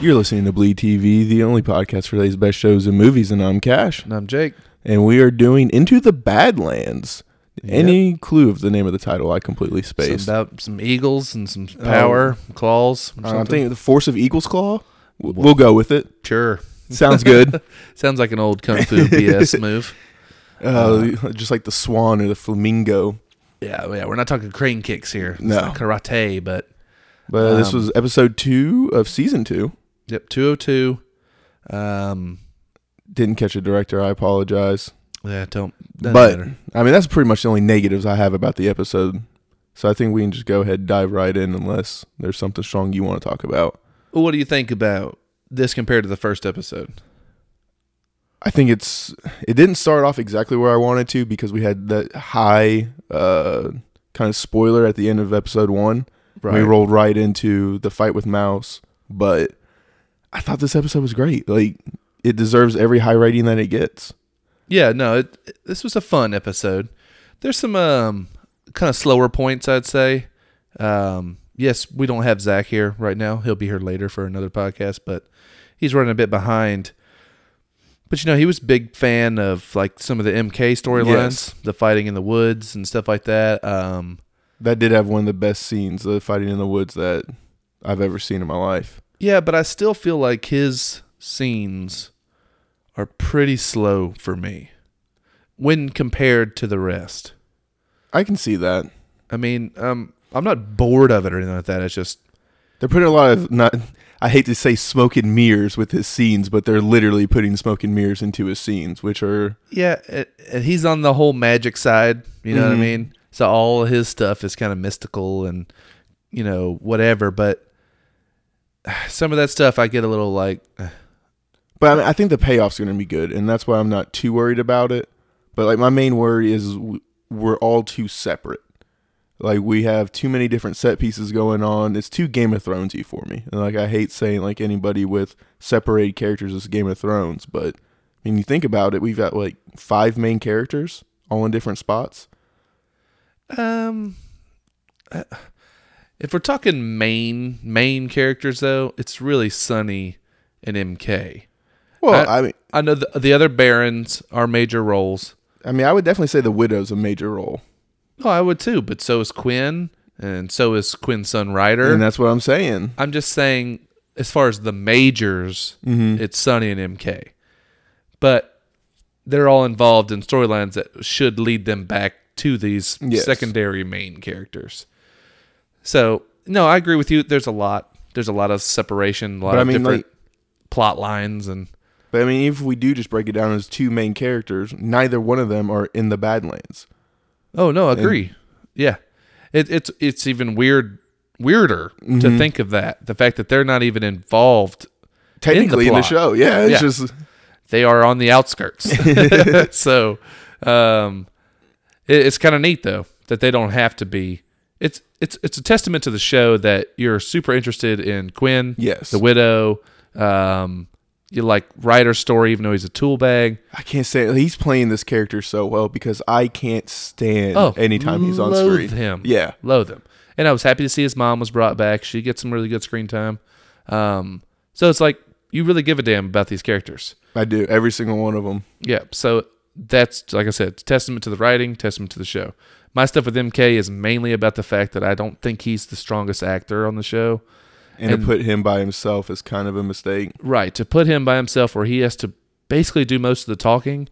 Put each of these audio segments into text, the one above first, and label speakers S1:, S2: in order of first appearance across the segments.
S1: You're listening to Bleed TV, the only podcast for today's best shows and movies, and I'm Cash.
S2: And I'm Jake.
S1: And we are doing Into the Badlands. Any clue of the name of the title, I completely
S2: Something
S1: spaced.
S2: about some eagles and
S1: Oh.
S2: some power, claws. Or
S1: Uh, I'm
S2: something.
S1: thinking The Force of Eagle's Claw. W- We'll go with it.
S2: sure.
S1: Sounds good.
S2: Sounds like an old kung fu BS move.
S1: uh, just like the swan or the flamingo.
S2: Yeah, yeah. We're not talking crane kicks here. It's
S1: No.
S2: not karate, but
S1: But this
S2: Um,
S1: was episode two of season two.
S2: yep, two oh two. Um,
S1: Didn't catch a director. I apologize.
S2: yeah, don't. doesn't
S1: But
S2: matter.
S1: I mean, that's pretty much the only negatives I have about the episode. So I think we can just go ahead and dive right in, unless there's something strong you want to talk about.
S2: what do you think about this compared to the first episode?
S1: I think it's it didn't start off exactly where I wanted to because we had that high uh, kind of spoiler at the end of episode one. We rolled right into the fight with Mouse, but I thought this episode was great. Like it deserves every high rating that it gets.
S2: Yeah, no, it, it- this was a fun episode. There's some um, kind of slower points, I'd say. Um, yes, we don't have Zach here right now. He'll be here later for another podcast, but he's running a bit behind. But you know, he was a big fan of like some of the MK storylines,
S1: Yes.
S2: the fighting in the woods and stuff like that. Um,
S1: That did have one of the best scenes, the fighting in the woods that I've ever seen in my life.
S2: yeah, but I still feel like his scenes are pretty slow for me when compared to the rest.
S1: I can see that.
S2: I mean, um, I'm not bored of it or anything like that. It's just
S1: They're putting a lot of not. I hate to say smoke and mirrors with his scenes, but they're literally putting smoke and mirrors into his scenes, which are
S2: yeah, it, it- he's on the whole magic side. You know what
S1: Mhm.
S2: I mean? So all of his stuff is kind of mystical and you know whatever. But some of that stuff I get a little like, eh,
S1: But I, mean, I think the payoff's going to be good, and that's why I'm not too worried about it. But like my main worry is w- we're all too separate. Like we have too many different set pieces going on. It's too Game of Thronesy for me. And like I hate saying like anybody with separated characters is Game of Thrones, but when you think about it, we've got like five main characters all in different spots.
S2: um. eh. If we're talking main main characters though, it's really Sunny and MK.
S1: Well,
S2: I-
S1: I mean,
S2: I know the, the other barons are major roles.
S1: I mean, I would definitely say the widow's a major role,
S2: Oh, I would too, but so is Quinn, and so is Quinn's son Ryder.
S1: and that's what I'm saying.
S2: I'm just saying, as far as the majors,
S1: Mm-hmm.
S2: it's Sonny and MK, but they're all involved in storylines that should lead them back to these
S1: Yes.
S2: secondary main characters. So, no, I agree with you. There's a lot. There's a lot of separation, a lot
S1: But I
S2: of
S1: mean,
S2: different
S1: like-
S2: plot lines, and
S1: But I mean, if we do just break it down as two main characters, neither one of them are in the Badlands.
S2: oh no, agree. yeah, it, it's it's even weird, weirder
S1: Mm-hmm.
S2: to think of that. The fact that they're not even involved
S1: Technically in the,
S2: plot.
S1: show, yeah, it's
S2: Yeah.
S1: just
S2: they are on the outskirts. so um, it, it's kind of neat though that they don't have to be. It's it's it's a testament to the show that you're super interested in Quinn,
S1: Yes.
S2: the widow. Um, you like Ryder's story, even though he's a tool bag.
S1: I can't say he's playing this character so well because I can't stand
S2: Oh,
S1: anytime he's on
S2: loathe
S1: screen.
S2: him.
S1: Yeah,
S2: Loathe him. And I was happy to see his mom was brought back. She gets some really good screen time. Um, so it's like you really give a damn about these characters.
S1: I do every single one of them.
S2: Yeah. So that's like I said, testament to the writing, testament to the show. My stuff with MK is mainly about the fact that I don't think he's the strongest actor on the show.
S1: And,
S2: And-
S1: to put him by himself is kind of a mistake.
S2: Right. To put him by himself where he has to basically do most of the talking,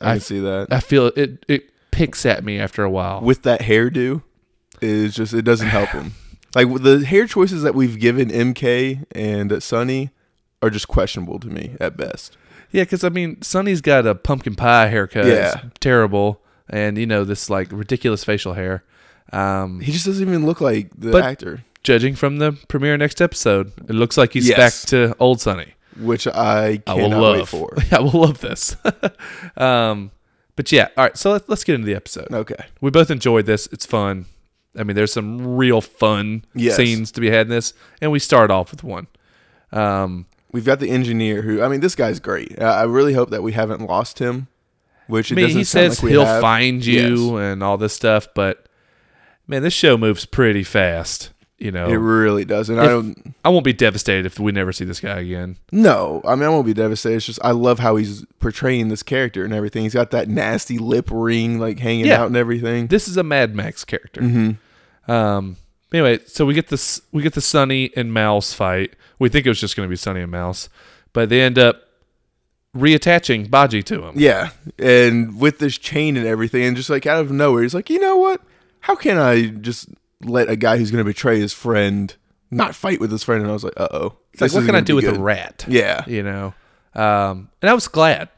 S1: I,
S2: I-
S1: can see that
S2: I feel it it picks at me after a while.
S1: with that hairdo, is just it doesn't help him. Like with the hair choices that we've given MK and Sonny are just questionable to me at best.
S2: yeah, because I mean, Sonny's got a pumpkin pie haircut. It's
S1: Yeah.
S2: terrible. And, you know, this like ridiculous facial hair. Um,
S1: He just doesn't even look like the
S2: But-
S1: actor,
S2: judging from the premiere next episode, it looks like he's
S1: Yes.
S2: back to old Sonny.
S1: which I
S2: I will
S1: cannot
S2: love.
S1: wait for.
S2: I will love this. um, but yeah, all right. So let, let's get into the episode.
S1: Okay.
S2: We both enjoyed this. It's fun. I mean, there's some real fun
S1: Yes.
S2: scenes to be had in this, and we start off with one. Um,
S1: We've got the engineer who, I mean, this guy's great. Uh, I really hope that we haven't lost him, which
S2: I
S1: it
S2: mean,
S1: doesn't
S2: he
S1: sound
S2: says
S1: like we
S2: he'll
S1: have.
S2: find you and all this stuff, but man, this show moves pretty fast. You know,
S1: It really doesn't. I
S2: If-
S1: don't.
S2: I won't be devastated if we never see this guy again.
S1: No, I mean, I won't be devastated. It's just I love how he's portraying this character and everything. He's got that nasty lip ring like hanging
S2: Yeah.
S1: out and everything.
S2: This is a Mad Max character.
S1: hmm
S2: Um. Anyway, so we get this we get the Sunny and Mouse fight. We think it was just going to be Sunny and Mouse, but they end up reattaching Baji to him.
S1: Yeah, and with this chain and everything, and just like out of nowhere, he's like, you know what? How can I just let a guy who's going to betray his friend not fight with his friend? And I was like, uh oh.
S2: It's like, what can I do with a rat?
S1: Yeah,
S2: You know. Um. And I was glad.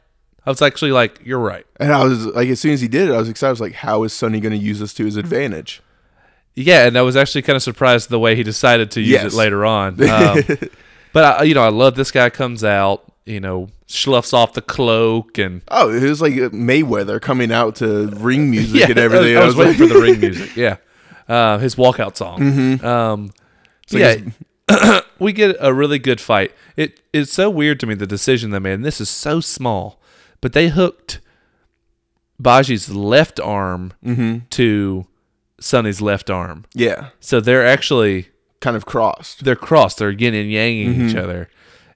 S2: I was actually like, you're right.
S1: and I was like, as soon as he did it, I was excited. I was like, how is Sonny going to use this to
S2: Mm-hmm.
S1: his advantage?
S2: Yeah, and I was actually kind of surprised the way he decided to use
S1: Yes.
S2: it later on. Um, but I, you know, I love this guy comes out. You know, sloughs off the cloak and
S1: Oh, it was like Mayweather coming out to ring music and everything.
S2: I was, waiting for the ring music. Yeah, uh, his walkout song. Um,
S1: like
S2: yeah, we get a really good fight. It it's so weird to me the decision they made. And this is so small, but they hooked Baji's left arm to Sonny's left arm,
S1: yeah,
S2: so they're actually
S1: kind of crossed.
S2: they're crossed. They're yin and yanging each other.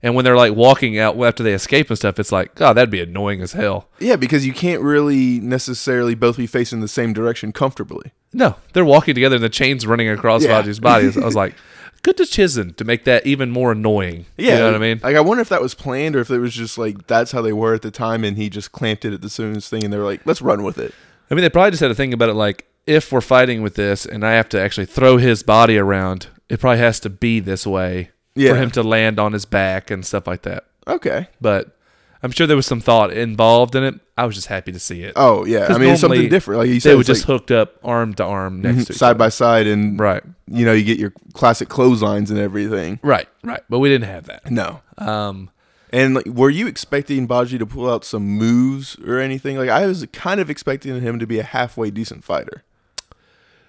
S2: And when they're like walking out after they escape and stuff, it's like, God, that'd be annoying as hell.
S1: Yeah, because you can't really necessarily both be facing the same direction comfortably.
S2: No, they're walking together and the chain's running across
S1: Yeah.
S2: Baji's body. I was like, good decision to make that even more annoying.
S1: Yeah,
S2: You know what I mean?
S1: Like, I wonder if that was planned or if it was just like that's how they were at the time, and he just clamped it at the soonest thing, and they were like, "Let's run with it."
S2: I mean, they probably just had to think about it like, if we're fighting with this and I have to actually throw his body around, it probably has to be this way
S1: Yeah.
S2: for him to land on his back and stuff like that.
S1: Okay.
S2: But I'm sure there was some thought involved in it. I was just happy to see it.
S1: Oh yeah, I
S2: 'Cause
S1: mean it's
S2: normally
S1: something different. Like you said,
S2: they were
S1: it's, like, Mm-hmm.
S2: just hooked up arm to arm next to each
S1: side by side, and
S2: Right.
S1: you know you get your classic clotheslines and everything.
S2: Right, right. But we didn't have that.
S1: No.
S2: Um,
S1: And like, were you expecting Baji to pull out some moves or anything? Like I was kind of expecting him to be a halfway decent fighter.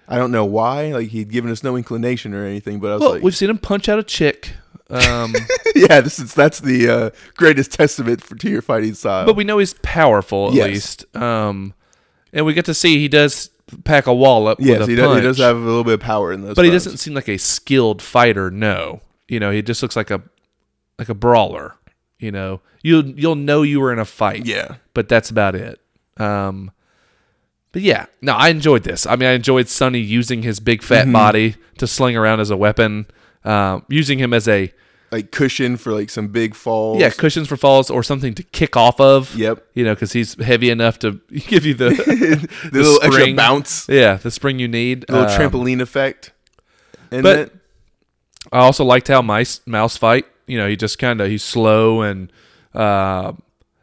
S1: I don't know why. Like he'd given us no inclination or anything, but I was
S2: well,
S1: like,
S2: we've seen him punch out a chick. Um,
S1: yeah, this is that's the uh, greatest testament for, to your fighting style.
S2: but we know he's powerful at
S1: Yes.
S2: least. Um, and we get to see he does pack a wall up
S1: yes,
S2: with a
S1: he does,
S2: punch.
S1: he does have a little bit of power in those.
S2: but he
S1: punches.
S2: doesn't seem like a skilled fighter. No, you know, he just looks like a like a brawler. You know, you'll you'll know you were in a fight.
S1: Yeah.
S2: but that's about it. Um, but yeah, no, I enjoyed this. I mean, I enjoyed Sonny using his big fat
S1: Mm-hmm.
S2: body to sling around as a weapon, uh, using him as a
S1: Like cushion for like some big falls.
S2: yeah cushions for falls or something to kick off of.
S1: Yep.
S2: you know, because he's heavy enough to give you the
S1: the, little extra
S2: spring.
S1: bounce,
S2: yeah the spring you need.
S1: little
S2: Um,
S1: trampoline effect. And
S2: but-
S1: then,
S2: I also liked how mice mouse fight. You know, he just kind of he's slow and uh,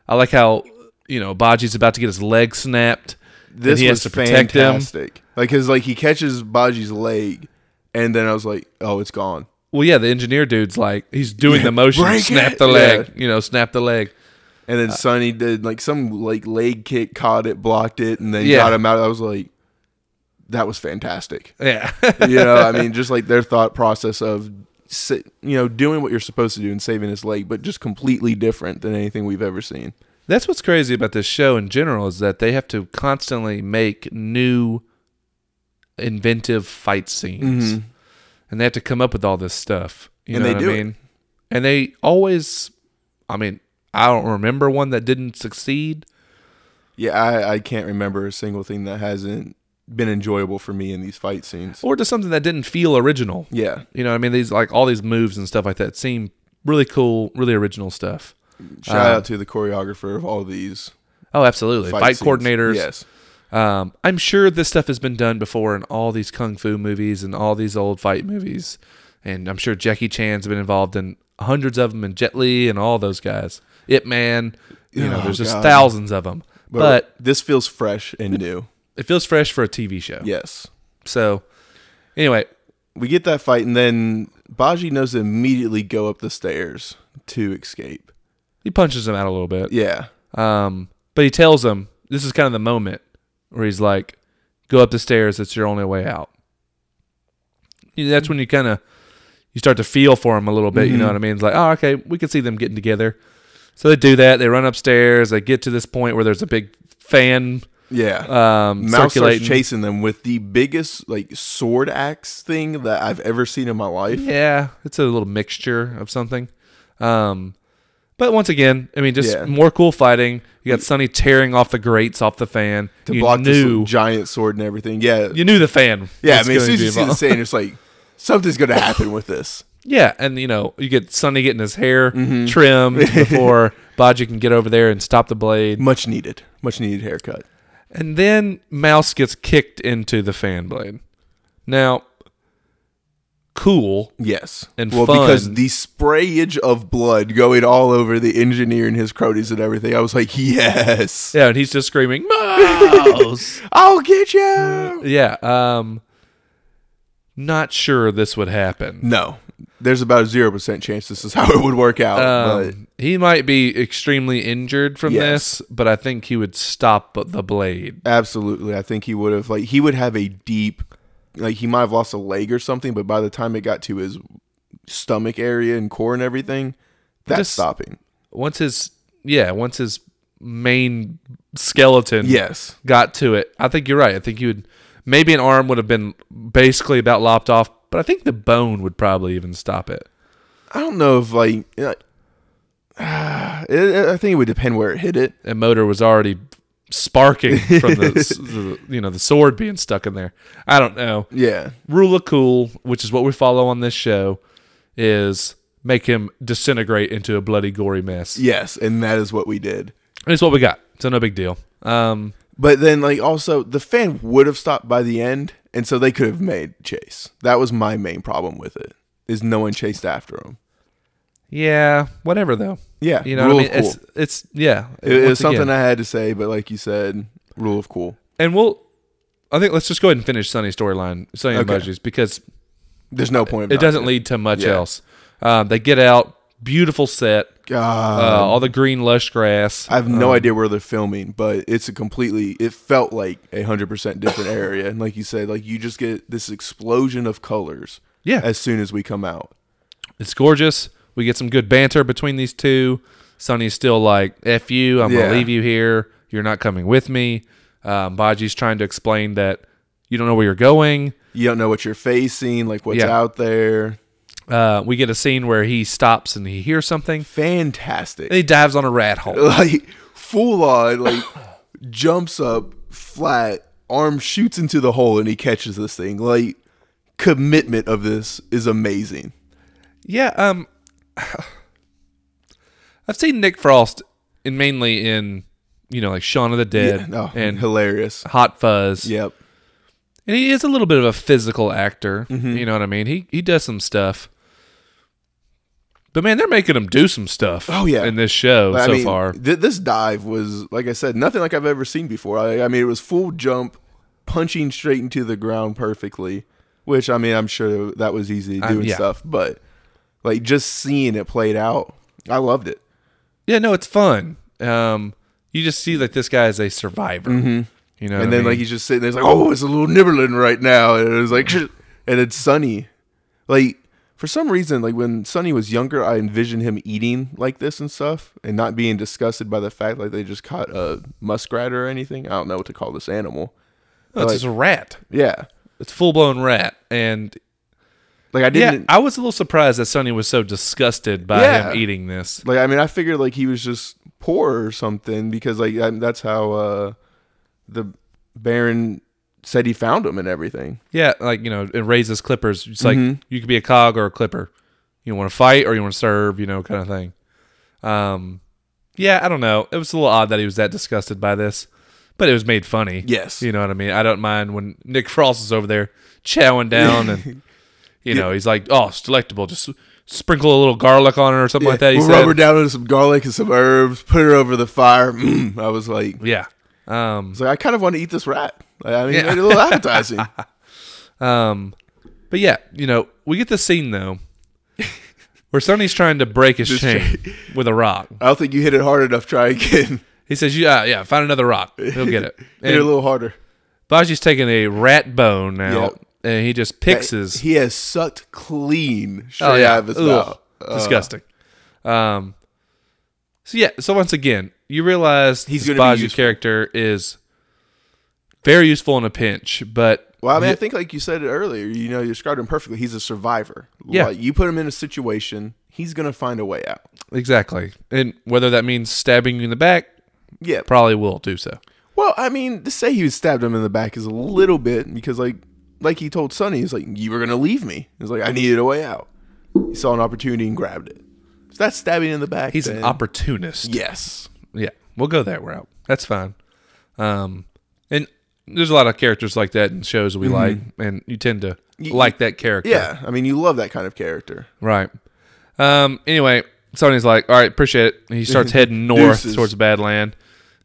S2: I like how you know Baji's about to get his leg snapped.
S1: this
S2: he
S1: was
S2: has to protect him.
S1: fantastic. Like, cause like he catches Baji's leg, and then I was like, oh, it's gone.
S2: Well, yeah, the engineer dude's like he's doing the motion,
S1: break
S2: snap
S1: it!
S2: the
S1: Yeah.
S2: leg, you know, snap the leg.
S1: And
S2: Uh,
S1: then Sonny did like some like leg kick, caught it, blocked it, and then
S2: Yeah.
S1: got him out. I was like, that was fantastic.
S2: Yeah,
S1: you know, I mean, just like their thought process of sa- you know doing what you're supposed to do and saving his leg, but just completely different than anything we've ever seen.
S2: that's what's crazy about this show in general is that they have to constantly make new, inventive fight scenes, and they have to come up with all this stuff.
S1: Mm-hmm.
S2: You
S1: And
S2: know
S1: they
S2: what
S1: do
S2: I
S1: it.
S2: mean? And they always, I mean, I don't remember one that didn't succeed.
S1: Yeah, I, I can't remember a single thing that hasn't been enjoyable for me in these fight scenes.
S2: or just something that didn't feel original.
S1: Yeah,
S2: You know, what I mean, these like all these moves and stuff like that seem really cool, really original stuff.
S1: shout
S2: Um,
S1: out to the choreographer of all these
S2: Oh, absolutely.
S1: fight,
S2: Fight,
S1: scenes.
S2: coordinators.
S1: Yes,
S2: Um, I'm sure this stuff has been done before in all these kung fu movies and all these old fight movies, and I'm sure Jackie Chan's been involved in hundreds of them, and Jet Li and all those guys. Ip Man. You know,
S1: Oh,
S2: there's just
S1: God.
S2: thousands of them. But,
S1: this feels fresh and new.
S2: it feels fresh for a TV show.
S1: Yes,
S2: So, anyway,
S1: we get that fight, and then Baji knows to immediately go up the stairs to escape.
S2: he punches him out a little bit.
S1: Yeah,
S2: Um, but he tells him this is kind of the moment where he's like, "Go up the stairs. That's your only way out." You know, that's when you kind of you start to feel for them a little bit. You
S1: Mm-hmm.
S2: know what I mean? It's like, oh, okay, we can see them getting together. So they do that. They run upstairs. They get to this point where there's a big fan
S1: Yeah.
S2: um,
S1: Mouse starts
S2: circulating.
S1: chasing them with the biggest like sword axe thing that I've ever seen in my life.
S2: Yeah, it's a little mixture of something. Um, but once again, I mean, just
S1: Yeah.
S2: more cool fighting. You got Sonny tearing off the grates off the fan.
S1: To
S2: you
S1: block
S2: knew
S1: this giant sword and everything. Yeah.
S2: you knew the fan.
S1: yeah, I
S2: was
S1: mean as soon
S2: going
S1: as
S2: to
S1: you
S2: be
S1: see the
S2: involved.
S1: sand, it's like something's gonna happen with this.
S2: Yeah, and you know you get Sonny getting his hair
S1: Mm-hmm.
S2: trimmed before Baji can get over there and stop the blade.
S1: Much needed. Much needed haircut.
S2: And then Mouse gets kicked into the fan blade. Now, cool.
S1: Yes.
S2: And
S1: well, because
S2: fun.
S1: the sprayage of blood going all over the engineer and his cronies and everything, I was like, Yes.
S2: Yeah, and he's just screaming Mouse.
S1: I'll get you.
S2: Yeah. Um not sure this would happen.
S1: No. There's about a zero percent chance this is how it would work out. but
S2: Um, he might be extremely injured from
S1: Yes.
S2: this, but I think he would stop the blade.
S1: Absolutely. I think he would have like he would have a deep like he might have lost a leg or something, but by the time it got to his stomach area and core and everything, that's
S2: Just-
S1: stopping.
S2: Once his yeah, once his main skeleton
S1: Yes.
S2: got to it, I think you're right. I think you would maybe an arm would have been basically about lopped off, but I think the bone would probably even stop it.
S1: I don't know if like uh, ah, it, it- I think it would depend where it hit it.
S2: and motor was already sparking from the, s- the you know the sword being stuck in there. I don't know.
S1: Yeah.
S2: Rule of cool, which is what we follow on this show, is make him disintegrate into a bloody gory mess.
S1: Yes, and that is what we did.
S2: It's what we got, so no big deal. Um,
S1: But then like also the fan would have stopped by the end, and so they could have made chase. That was my main problem with it. Is no one chased after him.
S2: yeah, whatever though.
S1: Yeah.
S2: You know,
S1: rule
S2: what I
S1: of
S2: mean,
S1: cool.
S2: it's it's yeah,
S1: It, it was
S2: once
S1: something
S2: again.
S1: I had to say, but like you said, rule of cool.
S2: and we'll. I think let's just go ahead and finish Sunny's storyline, Sunny and
S1: Okay.
S2: Budgie's, because
S1: There's no point.
S2: it doesn't lead to much
S1: Yeah.
S2: else. Um, they get out, beautiful set, uh,
S1: God,
S2: all the green lush grass.
S1: Um, I have no idea where they're filming, but it's a completely. It felt like a hundred percent different area, and like you said, like you just get this explosion of colors
S2: Yeah.
S1: as soon as we come out.
S2: It's gorgeous. We get some good banter between these two. Sonny's still like, F you, I'm
S1: Yeah.
S2: gonna leave you here. You're not coming with me. Um Baji's trying to explain that you don't know where you're going.
S1: You don't know what you're facing, like what's
S2: Yeah.
S1: out there.
S2: Uh, we get a scene where he stops and he hears something.
S1: Fantastic,
S2: And he dives on a rat hole.
S1: like full on, like jumps up flat, arm shoots into the hole, and he catches this thing. Like commitment of this is amazing.
S2: Yeah, um I've seen Nick Frost in mainly in, you know, like Shaun of the Dead
S1: Yeah, no,
S2: and
S1: oh, hilarious.
S2: Hot Fuzz.
S1: Yep.
S2: And he is a little bit of a physical actor.
S1: Mm-hmm.
S2: You know what I mean? He he does some stuff. But man, they're making him do some stuff.
S1: Oh, yeah.
S2: in this show
S1: I
S2: so
S1: mean,
S2: far.
S1: th- this dive was, like I said, nothing like I've ever seen before. I, I mean, it was full jump, punching straight into the ground perfectly, which I mean, I'm sure that was easy to do
S2: Uh,
S1: and
S2: yeah.
S1: stuff, but like just seeing it played out, I loved it.
S2: Yeah, no, it's fun. Um, you just see like this guy is a survivor. You know,
S1: Mm-hmm. and then like he's just sitting there, he's like, oh, it's a little nibbling right now, and it was like, and it's Sunny, like. For some reason, like when Sonny was younger, I envisioned him eating like this and stuff, and not being disgusted by the fact like they just caught a muskrat or anything. I don't know what to call this animal.
S2: oh, it's
S1: like-
S2: just a rat.
S1: Yeah.
S2: It's full blown rat. And
S1: Like I
S2: yeah,
S1: didn't
S2: I was a little surprised that Sonny was so disgusted by
S1: Yeah.
S2: him eating this.
S1: like I mean I figured like he was just poor or something because like I, that's how uh the Baron said he found him and everything.
S2: Yeah, like you know, it raises clippers. It's like
S1: Mm-hmm.
S2: you could be a cog or a clipper. You want to fight or you want to serve, you know, kind of thing. Um, yeah, I don't know. It was a little odd that he was that disgusted by this, but it was made funny.
S1: Yes.
S2: you know what I mean. I don't mind when Nick Frost is over there chowing down, and you know he's like, "Oh, it's delectable." Just sprinkle a little garlic on it or something like that. He
S1: we'll
S2: said.
S1: rub her down into some garlic and some herbs, put her over the fire. Mm. I was like, I
S2: yeah. Um,
S1: was like I kind of want to eat this rat. Like, I mean, it made it a little appetizing.
S2: um, but yeah, you know, we get this scene though. Where Sonny's trying to break his chain with a rock.
S1: I don't think you hit it hard enough. Try again.
S2: He says, "Yeah, yeah, find another rock. He'll get it."
S1: hit it a
S2: And
S1: little harder.
S2: Baji's taking a rat bone now
S1: Yeah.
S2: and he just picks his.
S1: He has sucked clean straight
S2: oh yeah,
S1: out of his
S2: Ugh.
S1: mouth. Uh,
S2: disgusting. Um, so yeah, so once again, you realize
S1: He's
S2: he's
S1: gonna be
S2: Spazio
S1: useful.
S2: character is very useful in a pinch, but
S1: Well, I mean,
S2: Yeah.
S1: I think like you said it earlier, you know, you described him perfectly. He's a survivor.
S2: Yeah.
S1: Like, you put him in a situation, he's gonna find a way out.
S2: exactly, and whether that means stabbing you in the back,
S1: Yeah.
S2: probably will do so.
S1: Well, I mean, to say he was stabbed him in the back is a little bit because like like he told Sonny, he's like, You were gonna leave me. He's like, I needed a way out. He saw an opportunity and grabbed it. If that's stabbing in the back,
S2: He's an
S1: then-
S2: opportunist.
S1: Yes.
S2: Yeah, we'll go that route. That's fine. Um, and there's a lot of characters like that in shows we like, and you tend to like that character.
S1: Yeah. I mean you love that kind of character.
S2: Right. Um, anyway, Sonny's like, all right, appreciate it. And he starts heading north
S1: Deuces.
S2: towards Badland.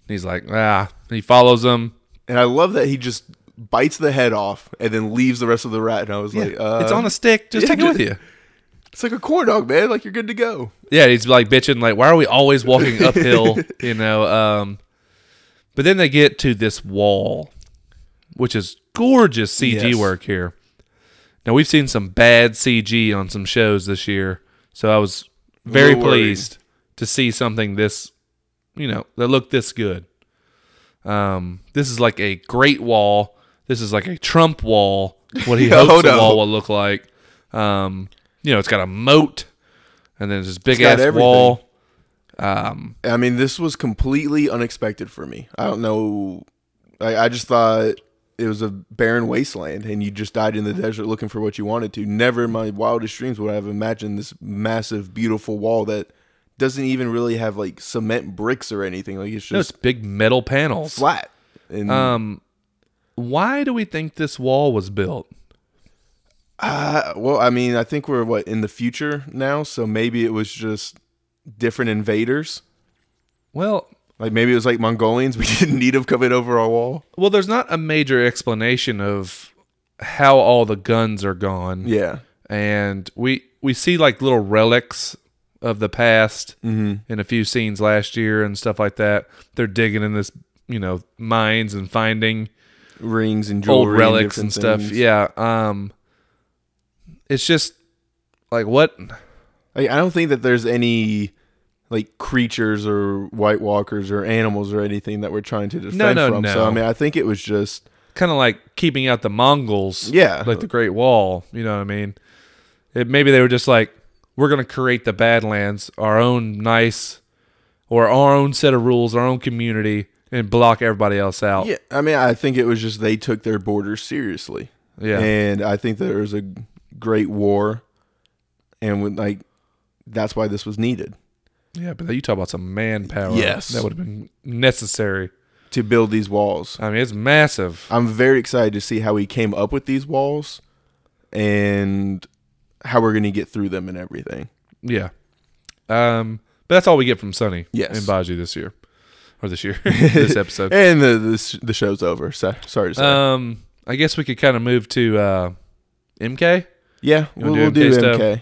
S2: And he's like, ah. He follows him.
S1: And I love that he just bites the head off and then leaves the rest of the rat and I was like, uh,
S2: it's on a stick. Just
S1: yeah,
S2: take it with you.
S1: it's like a corn dog, man, like you're good to go.
S2: Yeah, he's like bitching, like, why are we always walking uphill? you know. Um, but then they get to this wall, which is gorgeous CG
S1: Yes.
S2: work here. Now we've seen some bad CG on some shows this year, so I was very
S1: Little worried.
S2: pleased to see something this, you know, that looked this good. Um, this is like a great wall. This is like a Trump wall. What he
S1: Oh,
S2: hopes the
S1: no.
S2: wall will look like. Um, you know, it's got a moat, and then this big
S1: got
S2: ass
S1: everything.
S2: wall.
S1: I mean, this was completely unexpected for me. I don't know. I, I just thought it was a barren wasteland and you just died in the desert looking for what you wanted to. Never in my wildest dreams would I have imagined this massive, beautiful wall that doesn't even really have like cement bricks or anything. Like it's
S2: No, it's
S1: just
S2: big metal panels.
S1: flat. And
S2: Um, why do we think this wall was built?
S1: uh, well, I mean, I think we're what in the future now. So maybe it was just different invaders.
S2: Well,
S1: Like maybe it was like Mongolians. We didn't need them coming over our wall.
S2: well, there's not a major explanation of how all the guns are gone.
S1: Yeah.
S2: and we we see like little relics of the past
S1: Mm-hmm.
S2: in a few scenes last year and stuff like that. They're digging in this, you know, mines and finding
S1: Rings and
S2: old
S1: jewelry
S2: relics and
S1: different
S2: stuff.
S1: things.
S2: Yeah, um it's just like what
S1: Like, I don't think that there's any like creatures or White Walkers or animals or anything that we're trying to defend
S2: no,
S1: from.
S2: no.
S1: So I mean, I think it was just
S2: kind of like keeping out the Mongols.
S1: Yeah.
S2: Like the Great Wall, you know what I mean? It, maybe they were just like we're going to create the Badlands, our own nice or our own set of rules, our own community and block everybody else out.
S1: yeah. I mean, I think it was just they took their borders seriously.
S2: Yeah.
S1: and I think there was a great war, and when, like that's why this was needed
S2: Yeah, but you talk about some manpower.
S1: Yes.
S2: That would have been necessary.
S1: to build these walls.
S2: I mean, it's massive.
S1: I'm very excited to see how he came up with these walls, and how we're going to get through them and everything.
S2: Yeah. Um, but that's all we get from Sonny
S1: Yes.
S2: and Baji this year. Or this year. this episode.
S1: And the the, sh- the show's over. So sorry to say.
S2: Um, I guess we could kind of move to uh, MK.
S1: yeah, we'll,
S2: wanna
S1: we'll
S2: do
S1: do
S2: MK stuff?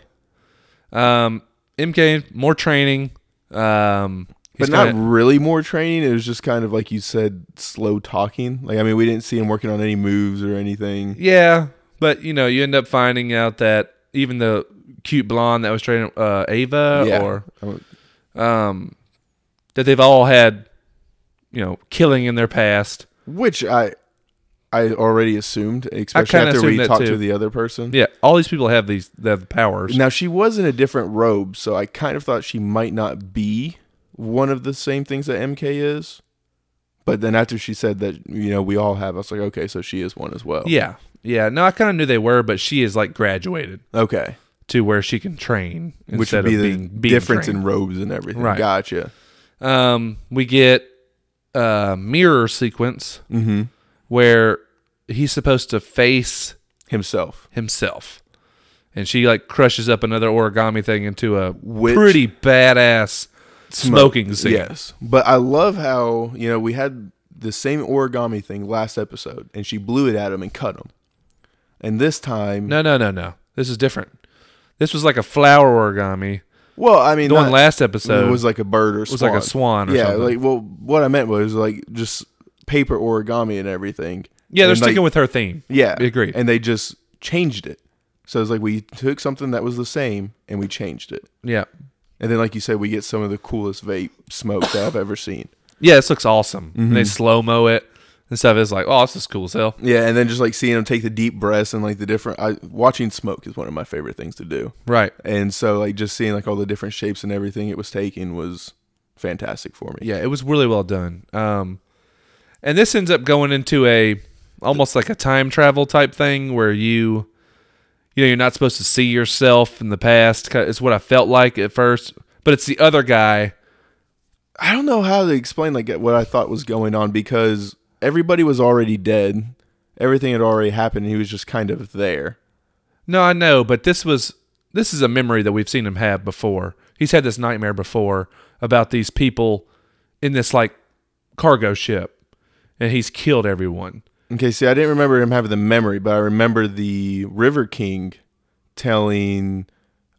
S1: MK.
S2: Um, MK, more training. Um, he's
S1: but not
S2: kinda-
S1: really more training. It was just kind of like you said, slow talking. Like I mean, we didn't see him working on any moves or anything.
S2: Yeah. But, you know, you end up finding out that even the cute blonde that was training uh, Ava
S1: Yeah.
S2: or
S1: I don't-
S2: um, that they've all had, you know, killing in their past.
S1: Which I, I already assumed, especially
S2: kinda
S1: after
S2: assumed
S1: we
S2: that
S1: talked
S2: too.
S1: to the other person.
S2: Yeah, all these people have these they have the powers.
S1: Now she was in a different robe, so I kind of thought she might not be one of the same things that MK is. But then after she said that, you know, we all have, I was like, okay, so she is one as well.
S2: Yeah, yeah. No, I kind of knew they were, but she is like graduated
S1: Okay.
S2: to where she can train
S1: Which would
S2: instead
S1: be
S2: of
S1: the
S2: being, being
S1: difference
S2: trained.
S1: in robes and everything.
S2: Right.
S1: Gotcha.
S2: Um, we get a mirror sequence
S1: Mm-hmm.
S2: where he's supposed to face
S1: Himself.
S2: himself, and she like crushes up another origami thing into a
S1: Which-
S2: pretty badass smoking scene.
S1: Yes. But I love how, you know, we had the same origami thing last episode and she blew it at him and cut him. And this time,
S2: No, no, no, no. This is different. This was like a flower origami.
S1: well, I mean,
S2: The one
S1: not-
S2: last episode
S1: it was like a bird or
S2: was like a swan or
S1: yeah,
S2: something.
S1: like well, what I meant was like just paper origami and everything.
S2: yeah, they're
S1: And, like,
S2: sticking with her theme.
S1: yeah,
S2: Agreed.
S1: And they just changed it. So it's like we took something that was the same and we changed it.
S2: Yeah.
S1: And then, like you said, we get some of the coolest vape smoke that I've ever seen.
S2: Yeah, this looks awesome. And they slow mo it and stuff. It's like, oh, this is cool as hell.
S1: Yeah, and then just like seeing them take the deep breaths and like the different. I, watching smoke is one of my favorite things to do.
S2: Right.
S1: And so, like just seeing like all the different shapes and everything it was taking was fantastic for me.
S2: Yeah, it was really well done. Um, and this ends up going into a almost like a time travel type thing where you, you know, you're not supposed to see yourself in the past. Kinda- It's what I felt like at first, but it's the other guy.
S1: I don't know how to explain like what I thought was going on because everybody was already dead. Everything had already happened. And he was just kind of there.
S2: No, I know, but this was this is a memory that we've seen him have before. He's had this nightmare before about these people in this like cargo ship, and he's killed everyone.
S1: Okay, see, I didn't remember him having the memory, but I remember the River King telling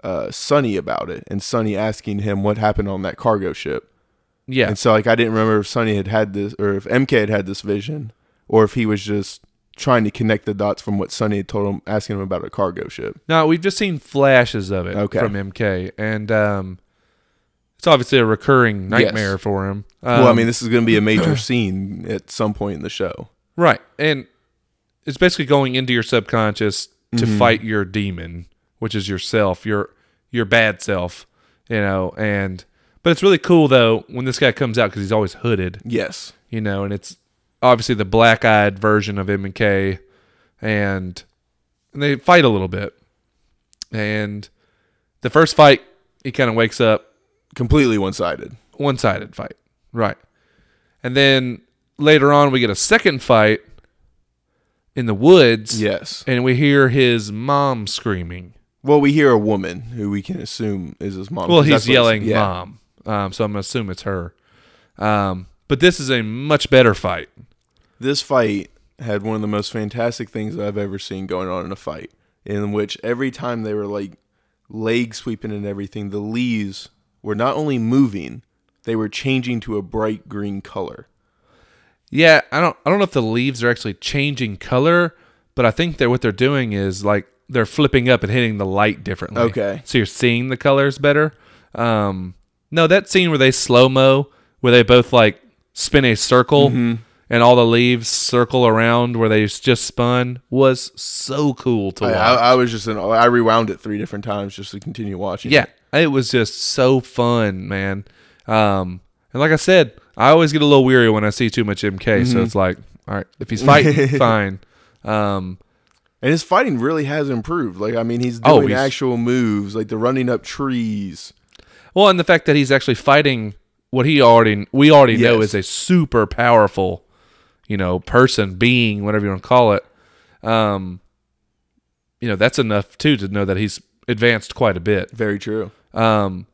S1: uh, Sonny about it, and Sonny asking him what happened on that cargo ship.
S2: Yeah,
S1: And so, like, I didn't remember if Sonny had had this, or if MK had had this vision, or if he was just trying to connect the dots from what Sonny had told him, asking him about a cargo ship.
S2: No, we've just seen flashes of it
S1: Okay.
S2: from MK, and um, it's obviously a recurring nightmare
S1: Yes.
S2: for him.
S1: well, I
S2: Um,
S1: mean, this is going to be a major scene at some point in the show.
S2: right, and it's basically going into your subconscious to
S1: Mm-hmm.
S2: fight your demon, which is yourself, your your bad self, you know. And but it's really cool though when this guy comes out because he's always hooded,
S1: Yes.
S2: you know, and it's obviously the black eyed version of MK, and and they fight a little bit, and the first fight he kind of wakes up
S1: Completely one sided.
S2: one sided fight. Right. And then later on, we get a second fight in the woods.
S1: Yes.
S2: And we hear his mom screaming.
S1: Well, we hear a woman who we can assume is his mom.
S2: Well,
S1: 'cause
S2: he's
S1: that's what it's-
S2: yelling
S1: yeah.
S2: mom. Um, so I'm going to assume it's her. Um, but this is a much better fight.
S1: this fight had one of the most fantastic things that I've ever seen going on in a fight, in which every time they were like leg sweeping and everything, the leaves were not only moving, they were changing to a bright green color.
S2: Yeah, I don't I don't know if the leaves are actually changing color, but I think that what they're doing is like they're flipping up and hitting the light differently.
S1: Okay.
S2: So you're seeing the colors better. Um no, that scene where they slow mo where they both like spin a circle and all the leaves circle around where they s- just spun was so cool to
S1: I,
S2: watch.
S1: I, I was just in, I rewound it three different times just to continue watching.
S2: Yeah, it was just so fun, man. Um, and like I said, I always get a little weary when I see too much MK. So it's like, all right, if he's fighting, fine. Um,
S1: And his fighting really has improved. Like, I mean, he's doing
S2: Oh, he's-
S1: actual moves, like the running up trees.
S2: well, and the fact that he's actually fighting what he already we already know
S1: Yes.
S2: is a super powerful, you know, person, being, whatever you want to call it. Um, you know, that's enough too to know that he's advanced quite a bit.
S1: Very true.
S2: Um,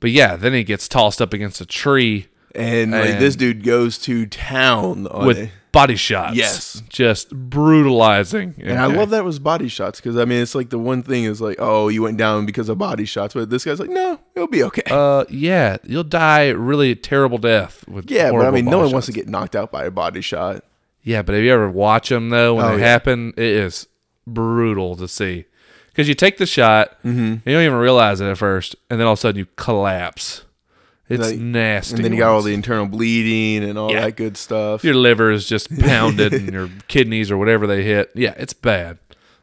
S2: but yeah, then he gets tossed up against a tree.
S1: And, like, this
S2: And-
S1: dude goes to town on
S2: with
S1: it.
S2: body shots.
S1: Yes.
S2: Just brutalizing.
S1: And I love that it was body shots because I mean it's like the one thing is like oh you went down because of body shots but this guy's like no it'll be okay
S2: Uh, yeah, you'll die really terrible death with
S1: yeah but I
S2: horrible
S1: mean no
S2: body
S1: one wants to
S2: shots.
S1: get knocked out by a body shot
S2: Yeah, but have you ever watch them though when
S1: Oh,
S2: they
S1: yeah.
S2: happen? It is brutal to see because you take the shot,
S1: Mm-hmm.
S2: and you don't even realize it at first, and then all of a sudden you collapse. It's
S1: Like-
S2: nasty.
S1: and then you got all
S2: ones.
S1: the internal bleeding and all
S2: Yeah.
S1: that good stuff
S2: your liver is just pounded, and your kidneys or whatever they hit. Yeah, it's bad.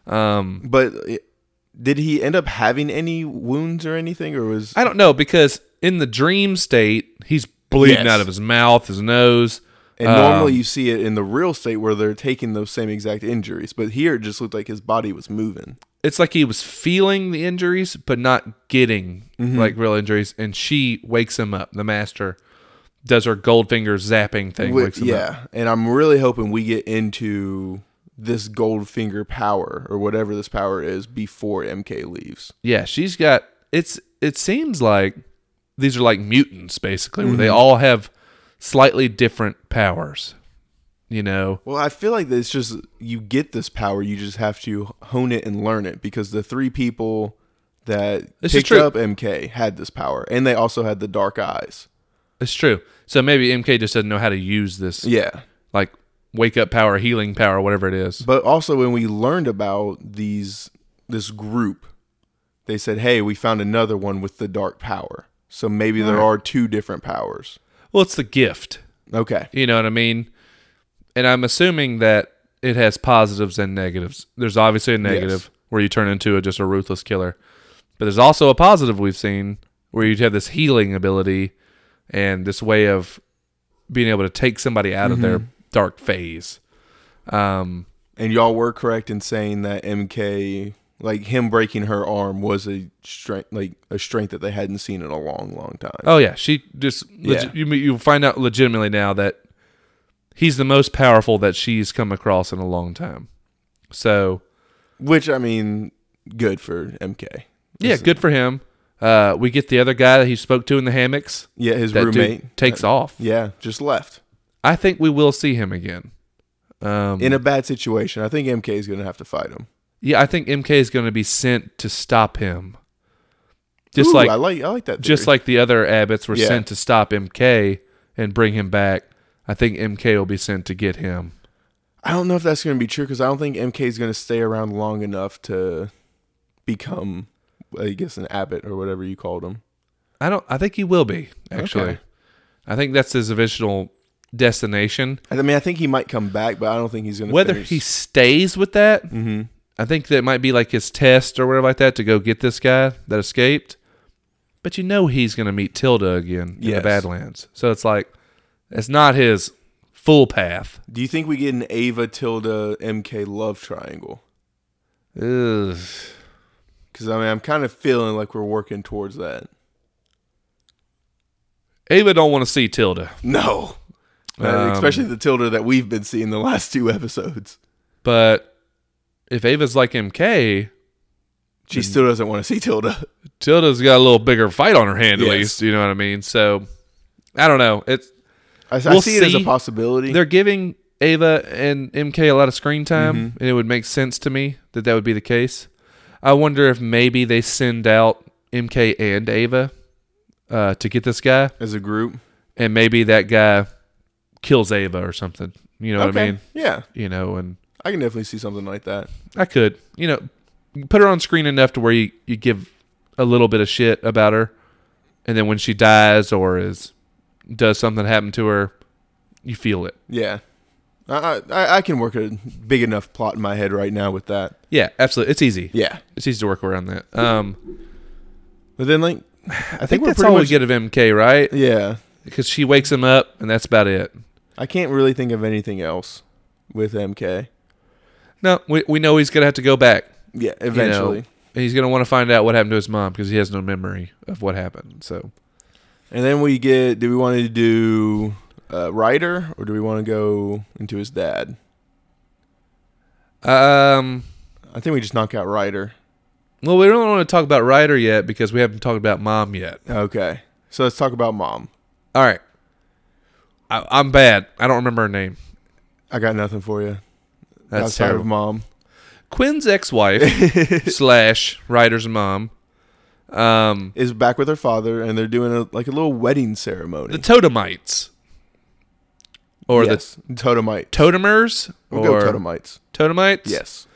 S2: Um,
S1: but uh, did he end up having any wounds or anything or was
S2: I don't know because in the dream state, he's bleeding
S1: Yes.
S2: out of his mouth, his nose.
S1: and normally
S2: Um,
S1: you see it in the real state where they're taking those same exact injuries but here it just looked like his body was moving
S2: It's like he was feeling the injuries, but not getting
S1: Mm-hmm.
S2: like real injuries. And she wakes him up. The master does her gold finger zapping thing.
S1: Wi-
S2: wakes him up.
S1: yeah and I'm really hoping we get into this gold finger power or whatever this power is before MK leaves.
S2: Yeah, she's got it's it seems like these are like mutants basically, where
S1: Mm-hmm.
S2: they all have slightly different powers. You know?
S1: Well, I feel like it's just you get this power, you just have to hone it and learn it because the three people that
S2: This is
S1: picked
S2: true.
S1: up MK had this power, and they also had the dark eyes.
S2: It's true. So maybe MK just doesn't know how to use this
S1: Yeah,
S2: like wake up power, healing power, whatever it is.
S1: But also when we learned about these this group, they said, "Hey, we found another one with the dark power." So maybe there are two different powers.
S2: Well, it's the gift.
S1: Okay.
S2: You know what I mean? And I'm assuming that it has positives and negatives. There's obviously a negative where you turn into a, just a ruthless killer, but there's also a positive we've seen where you have this healing ability and this way of being able to take somebody out of their dark phase. Um,
S1: And y'all were correct in saying that MK like him breaking her arm was a strength like a strength that they hadn't seen in a long long time.
S2: oh yeah, she just
S1: Yeah.
S2: legi- you you find out legitimately now that he's the most powerful that she's come across in a long time. So
S1: Which I mean, good for MK.
S2: Yeah, good for him. Uh, we get the other guy that he spoke to in the hammocks.
S1: Yeah, his
S2: That
S1: roommate. Uh,
S2: dude takes off.
S1: Yeah, just left
S2: I think we will see him again. Um,
S1: in a bad situation. I think MK is going to have to fight him.
S2: yeah, I think MK is going to be sent to stop him. Just
S1: Ooh,
S2: like
S1: I like I like that.
S2: just
S1: theory.
S2: like the other abbots were
S1: Yeah.
S2: sent to stop MK and bring him back. I think MK will be sent to get him.
S1: I don't know if that's going to be true because I don't think MK is going to stay around long enough to become, I guess, an abbot or whatever you called him.
S2: I don't. I think he will be actually.
S1: Okay.
S2: I think that's his original destination.
S1: I mean, I think he might come back, but I don't think he's going to.
S2: Whether
S1: finish.
S2: he stays with that
S1: Mhm.
S2: I think that might be like his test or whatever like that to go get this guy that escaped. But you know he's going to meet Tilda again in the
S1: Yes.
S2: Badlands. So it's like it's not his full path.
S1: Do you think we get an Ava Tilda MK love triangle?
S2: Ugh.
S1: Because I mean, I'm kind of feeling like we're working towards that.
S2: Ava don't want to see Tilda,
S1: No, Uh,
S2: Um,
S1: especially the Tilda that we've been seeing the last two episodes.
S2: but if Ava's like MK,
S1: She still doesn't want to see Tilda.
S2: Tilda's got a little bigger fight on her hand at
S1: Yes.
S2: least, you know what I mean? So I don't know. It's
S1: I, I
S2: We'll
S1: see, it as a
S2: see.
S1: possibility.
S2: they're giving Ava and MK a lot of screen time, and it would make sense to me that that would be the case. I wonder if maybe they send out MK and Ava uh, to get this guy,
S1: as a group.
S2: and maybe that guy kills Ava or something. You know what I mean?
S1: Yeah,
S2: You know, and
S1: I can definitely see something like that.
S2: I could, you know, put her on screen enough to where you, you give a little bit of shit about her, and then when she dies or is does something happen to her, you feel it.
S1: Yeah. I, I I can work a big enough plot in my head right now with that.
S2: Yeah, absolutely. It's easy.
S1: Yeah.
S2: It's easy to work around that. Um,
S1: But then like I think,
S2: I think,
S1: we're
S2: that's
S1: pretty
S2: all we
S1: much
S2: get of MK, right?
S1: Yeah.
S2: Because she wakes him up, and that's about it.
S1: I can't really think of anything else with MK.
S2: No, we, we know he's gonna have to go back.
S1: Yeah,
S2: you know,
S1: eventually.
S2: and he's gonna want to find out what happened to his mom because he has no memory of what happened. So
S1: And then we get do we want to do uh Ryder or do we want to go into his dad?
S2: um,
S1: I think we just knock out Ryder.
S2: well, we don't want to talk about Ryder yet because we haven't talked about mom yet.
S1: Okay. So let's talk about mom.
S2: All right, I, I'm bad. I don't remember her name.
S1: I got nothing for you.
S2: That's
S1: outside of
S2: terrible.
S1: mom.
S2: Quinn's ex-wife slash Ryder's mom. Um,
S1: Is back with her father and they're doing a like a little wedding ceremony.
S2: the Totemites, or
S1: yes. Totemite.
S2: the Totemers,
S1: We'll
S2: or
S1: go Totemites.
S2: Totemites.
S1: Yes.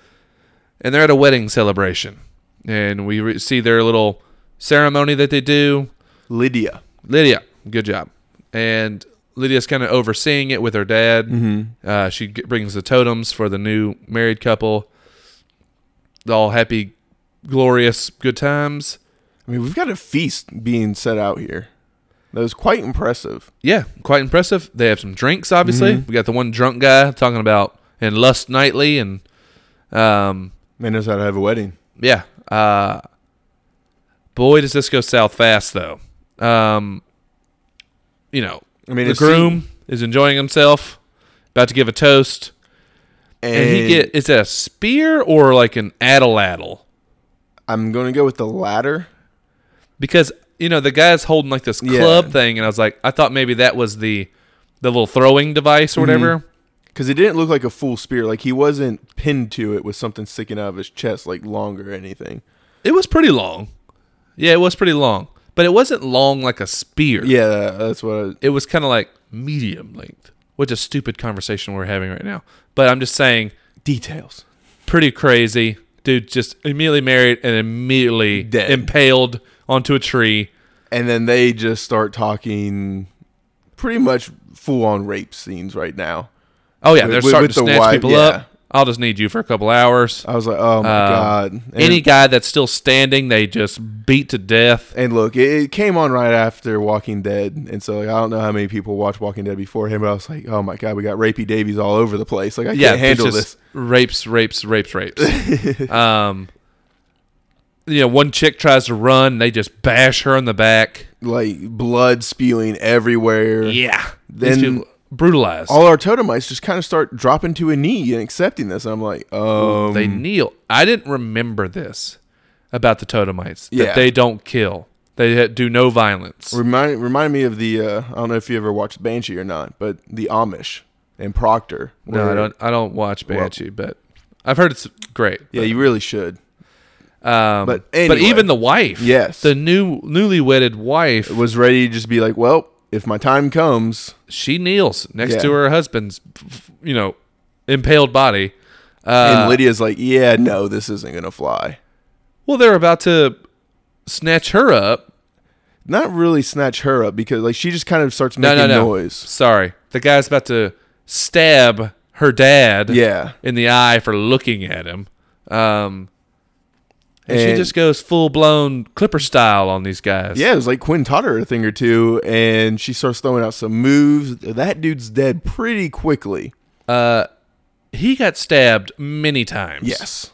S2: and they're at a wedding celebration, and we re- see their little ceremony that they do.
S1: Lydia.
S2: Lydia, good job, and Lydia's kind of overseeing it with her dad. Uh, she g- brings the totems for the new married couple. They're all happy, glorious, good times.
S1: I mean, we've got a feast being set out here. That was quite impressive.
S2: Yeah, quite impressive. They have some drinks, obviously. We got the one drunk guy talking about and lust nightly, and um,
S1: Man knows how to have a wedding.
S2: yeah. Uh, boy, does this go south fast, though. Um, you know,
S1: I mean,
S2: the
S1: it's-
S2: groom is enjoying himself, about to give a toast,
S1: And,
S2: and, he get is that a spear or like an addle addle?
S1: I'm going to go with the latter.
S2: Because you know the guy's holding like this
S1: Yeah.
S2: club thing, and I was like, I thought maybe that was the the little throwing device or
S1: Mm-hmm.
S2: whatever.
S1: Because it didn't look like a full spear. Like, he wasn't pinned to it with something sticking out of his chest, like longer or anything.
S2: It was pretty long. Yeah, it was pretty long, but it wasn't long like a spear.
S1: Yeah, that's what I,
S2: it was kind of like medium length, What a stupid conversation we're having right now. But I'm just saying,
S1: Details.
S2: pretty crazy. Dude just immediately married and immediately
S1: Dead.
S2: impaled onto a tree.
S1: And then they just start talking pretty much full on rape scenes right now.
S2: Oh yeah,
S1: With-
S2: they're
S1: with-
S2: starting
S1: with
S2: to
S1: the
S2: snatch
S1: wife,
S2: people
S1: yeah.
S2: up. I'll just need you for a couple hours.
S1: I was like, oh my
S2: Uh,
S1: God. And,
S2: Any guy that's still standing, they just beat to death.
S1: and look, it, it came on right after Walking Dead. And so like, I don't know how many people watched Walking Dead before him, but I was like, oh my God, we got rapey Davies all over the place. Like, I
S2: yeah,
S1: can't handle
S2: it's
S1: this.
S2: just Rapes, rapes, rapes, rapes. um, you know, one chick tries to run, they just bash her in the back.
S1: Like, blood spewing everywhere.
S2: Yeah,
S1: Then-
S2: then brutalized.
S1: All our totemites just kind of start dropping to a knee and accepting this. I'm like, um,
S2: they kneel. I didn't remember this about the Totemites that
S1: Yeah.
S2: they don't kill. They ha- do no violence.
S1: Remind remind me of the uh, I don't know if you ever watched Banshee or not, but the Amish and Proctor.
S2: no,
S1: were-
S2: I don't. I don't watch Banshee, but I've heard it's great.
S1: Yeah, you really should.
S2: Um,
S1: But
S2: but,
S1: anyway.
S2: even the wife,
S1: Yes.
S2: the new newly wedded wife,
S1: Was ready to just be like, well, if my time comes,
S2: she kneels next
S1: Yeah.
S2: to her husband's, you know, impaled body. Uh,
S1: and Lydia's like, yeah, no, this isn't gonna fly.
S2: well, they're about to snatch her up.
S1: Not really snatch her up because like she just kind of starts
S2: No,
S1: making
S2: no, no.
S1: noise.
S2: Sorry, the guy's about to stab her dad.
S1: Yeah,
S2: in the eye for looking at him. Um, and, she
S1: And-
S2: just goes full blown Clipper style on these guys.
S1: yeah, it was like Quinn taught her a thing or two, and she starts throwing out some moves. That dude's dead pretty quickly.
S2: Uh, he got stabbed many times.
S1: Yes,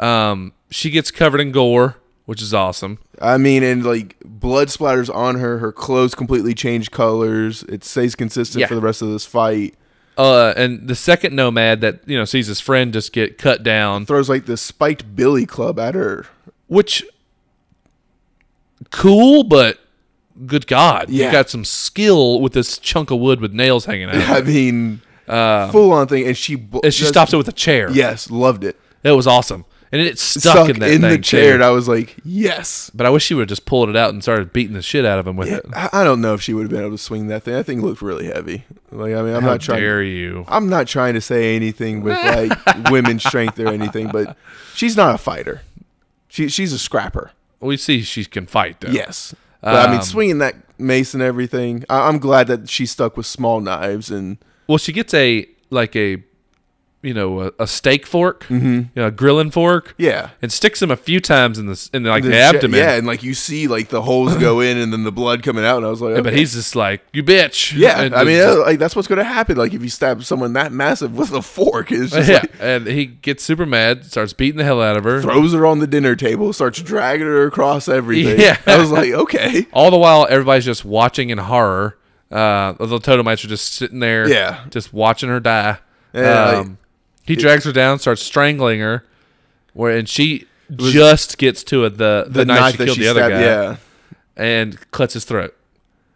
S2: Um, she gets covered in gore, which is awesome.
S1: I mean, and like blood splatters on her. Her clothes completely change colors. It stays consistent
S2: Yeah.
S1: for the rest of this fight.
S2: Uh, and the second nomad that you know sees his friend just get cut down,
S1: Throws like this spiked billy club at her.
S2: which cool, but good God,
S1: Yeah.
S2: you got some skill with this chunk of wood with nails hanging out. of
S1: I
S2: it.
S1: mean, full on thing. And she bl-
S2: Um, And she
S1: just-
S2: stops it with a chair.
S1: Yes, loved it.
S2: It was awesome. And it stuck,
S1: Stuck
S2: in
S1: in,
S2: that thing,
S1: the chair,
S2: too.
S1: and I was like, yes.
S2: But I wish she would have just pulled it out and started beating the shit out of him with it.
S1: I I don't know if she would have been able to swing that thing. That thing looked really heavy. Like I mean, I'm
S2: How
S1: not trying.
S2: dare you?
S1: I'm not trying to say anything with like women's strength or anything, but she's not a fighter. She she's a scrapper.
S2: We see she can fight though.
S1: Yes. But I mean,
S2: Um,
S1: swinging that mace and everything. I- I'm glad that she stuck with small knives and
S2: Well, she gets a like a, you know, a, a steak fork, you know, a grilling fork,
S1: Mm-hmm. yeah,
S2: and sticks him a few times in the in like the,
S1: The sh-
S2: abdomen.
S1: Yeah, and like you see like the holes go in and then the blood coming out, and I was like,
S2: But
S1: okay.
S2: he's just like, you bitch.
S1: yeah.
S2: And
S1: I mean,
S2: just-
S1: uh, like that's what's gonna happen. Like if you stab someone that massive with a fork, it's just
S2: yeah.
S1: like
S2: and he gets super mad, starts beating the hell out of her.
S1: throws her on the dinner table, starts dragging her across everything.
S2: Yeah.
S1: I was like, okay,
S2: All the while, everybody's just watching in horror. Uh, the totemites are just sitting there,
S1: Yeah.
S2: just watching her die.
S1: Yeah, like-
S2: um, he drags her down, starts strangling her, where and she just gets to it the the, knife, she killed the other guy
S1: yeah,
S2: and cuts his throat,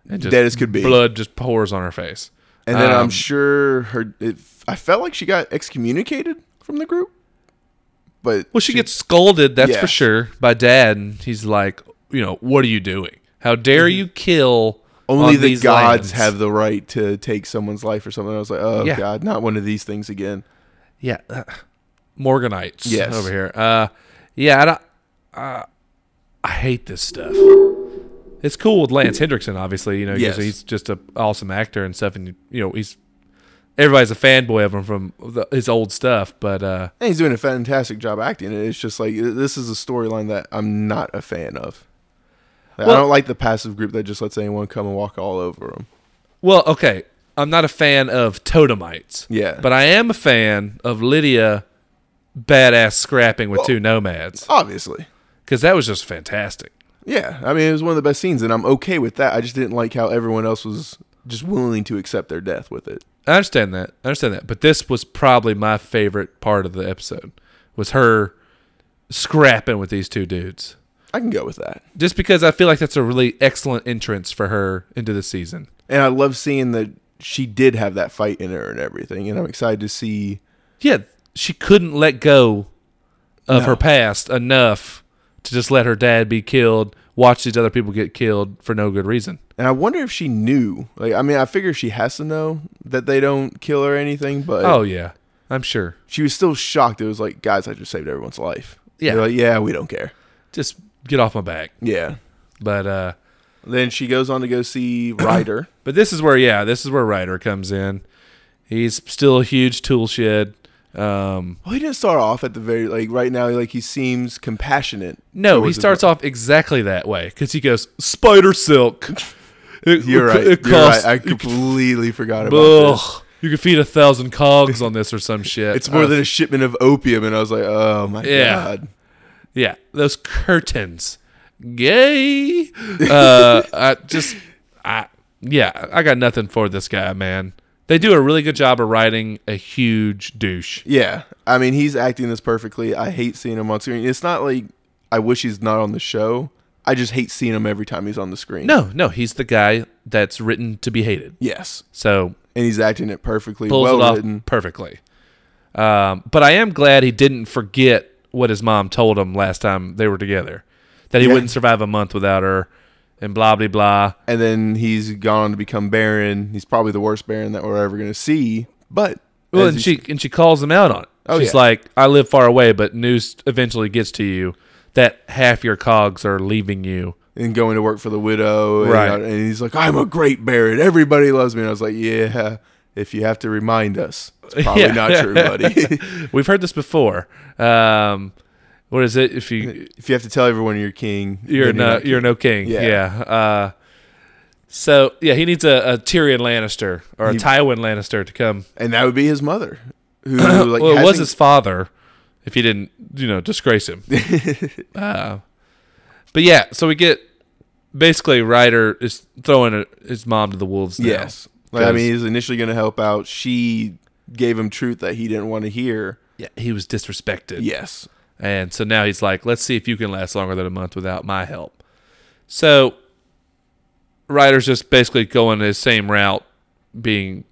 S2: and just
S1: dead as could be.
S2: blood just pours on her face.
S1: And then I'm
S2: Um,
S1: sure her. It, I felt like she got excommunicated from the group, but
S2: Well, she, gets scolded, that's
S1: Yeah.
S2: for sure, by dad, and he's like, you know, what are you doing? How dare you kill
S1: Mm-hmm. only
S2: on
S1: the
S2: these
S1: gods
S2: lands?"
S1: have the right to take someone's life or something. I was like, oh
S2: Yeah.
S1: god, not one of these things again.
S2: Yeah, uh, Morganites.
S1: Yes.
S2: over here. Uh, yeah, I don't. Uh, I hate this stuff. It's cool with Lance Hendrickson, obviously. You know, 'cause
S1: Yes.
S2: he's just an awesome actor and stuff, and you know, he's everybody's a fanboy of him from the, his old stuff. But uh,
S1: And he's doing a fantastic job acting. and It's just like this is a storyline that I'm not a fan of. Like, I
S2: Well-
S1: don't like the passive group that just lets anyone come and walk all over them.
S2: well, okay, I'm not a fan of Totemites.
S1: Yeah.
S2: but I am a fan of Lydia, badass scrapping with two nomads
S1: Obviously.
S2: because that was just fantastic.
S1: Yeah. I mean, it was one of the best scenes, and I'm okay with that. I just didn't like how everyone else was just willing to accept their death with it.
S2: I understand that. I understand that. But this was probably my favorite part of the episode was her scrapping with these two dudes.
S1: I can go with that.
S2: Just because I feel like that's a really excellent entrance for her into the season.
S1: And I love seeing that she did have that fight in her and everything. And I'm excited to see.
S2: Yeah, she couldn't let go of her past enough to just let her dad be killed watch these other people get killed for no good reason.
S1: And I wonder if she knew. Like, I mean, I figure she has to know that they don't kill her or anything, but
S2: Oh yeah, I'm sure.
S1: she was still shocked. It was like, guys, I just saved everyone's life.
S2: Yeah.
S1: They're like, yeah, we don't care.
S2: Just get off my back.
S1: Yeah.
S2: But uh,
S1: Then she goes on to go see Ryder.
S2: but this is where yeah, this is where Ryder comes in. He's still a huge tool shed. Um,
S1: well, he didn't start off at the very like right now. Like he seems compassionate.
S2: No,
S1: towards
S2: he
S1: his-
S2: starts off exactly that way because he goes spider silk. It,
S1: You're
S2: it-
S1: right.
S2: It
S1: you're right.
S2: costs,
S1: I completely forgot about this.
S2: ugh, you can feed a thousand cogs on this or some shit.
S1: It's more
S2: Uh,
S1: than a shipment of opium, and I was like, oh my
S2: Yeah.
S1: god.
S2: yeah. Those curtains, gay. Uh, I just, I yeah, I got nothing for this guy, man. They do a really good job of writing a huge douche.
S1: Yeah, I mean, he's acting this perfectly. I hate seeing him on screen. It's not like I wish he's not on the show. I just hate seeing him every time he's on the screen.
S2: No, no, he's the guy that's written to be hated.
S1: Yes,
S2: So
S1: and he's acting it perfectly,
S2: pulls
S1: well
S2: it off
S1: written.
S2: perfectly. Um, but I am glad he didn't forget what his mom told him last time they were together, that he
S1: Yeah.
S2: wouldn't survive a month without her, and blah blah blah.
S1: And then he's gone on to become Baron. He's probably the worst Baron that we're ever going to see. But
S2: Well,
S1: as
S2: and
S1: he's-
S2: she and she calls him out on it.
S1: Oh,
S2: She's
S1: yeah.
S2: like, "I live far away, but news eventually gets to you that half your cogs are leaving you."
S1: and going to work for the widow, and,
S2: Right.
S1: and he's like, "I'm a great Baron. Everybody loves me." And I was like, "Yeah, if you have to remind us, it's probably
S2: Yeah.
S1: not true, buddy."
S2: We've heard this before. Um, what is it? If you
S1: if you have to tell everyone you're king,
S2: you're
S1: then
S2: no
S1: king.
S2: you're no king.
S1: Yeah.
S2: Yeah. Uh, so yeah, he needs a, a Tyrion Lannister or a
S1: He-
S2: Tywin Lannister to come.
S1: and that would be his mother, who like
S2: well, it was
S1: hasn't-
S2: his father, if he didn't you know disgrace him. uh, but yeah, so we get basically Ryder is throwing a, his mom to the wolves. Now.
S1: yes. Like, I
S2: 'Cause-
S1: mean, he's initially going to help out. She gave him truth that he didn't want to hear.
S2: yeah, he was disrespected.
S1: Yes,
S2: And so now he's like, let's see if you can last longer than a month without my help. So Ryder's just basically going the same route, being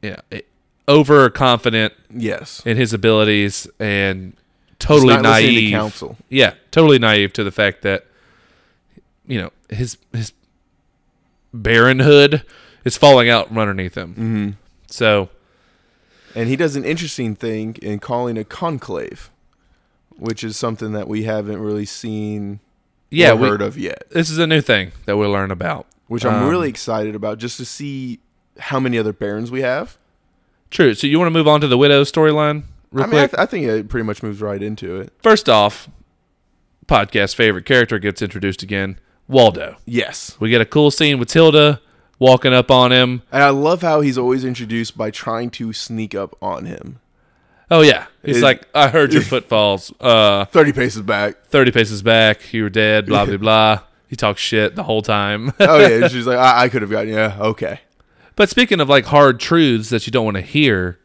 S2: you know, eh, overconfident
S1: yes.
S2: in his abilities and
S1: He's
S2: totally
S1: not listening to
S2: naive.
S1: counsel.
S2: Yeah, totally naive to the fact that you know, his his baronhood is falling out from underneath him. Mm-hmm. So
S1: And he does an interesting thing in calling a conclave, which is something that we haven't really seen
S2: yeah,
S1: or
S2: we,
S1: heard of yet.
S2: this is a new thing that we'll learn about.
S1: Which I'm
S2: Um,
S1: really excited about, just to see how many other barons we have.
S2: True. So you want to move on to the widow storyline real
S1: I mean, I,
S2: quick?
S1: th- I think it pretty much moves right into it.
S2: First off, podcast favorite character gets introduced again, Waldo.
S1: Yes,
S2: We get a cool scene with Tilda walking up on him.
S1: and I love how he's always introduced by trying to sneak up on him,
S2: Oh yeah, he's
S1: It-
S2: like, "I heard your footfalls. Uh,
S1: thirty paces back.
S2: thirty paces back. You were dead. Blah blah blah." He talks shit the whole time.
S1: oh yeah, she's like, I, I could have gotten yeah, okay.
S2: but speaking of like hard truths that you don't want to hear,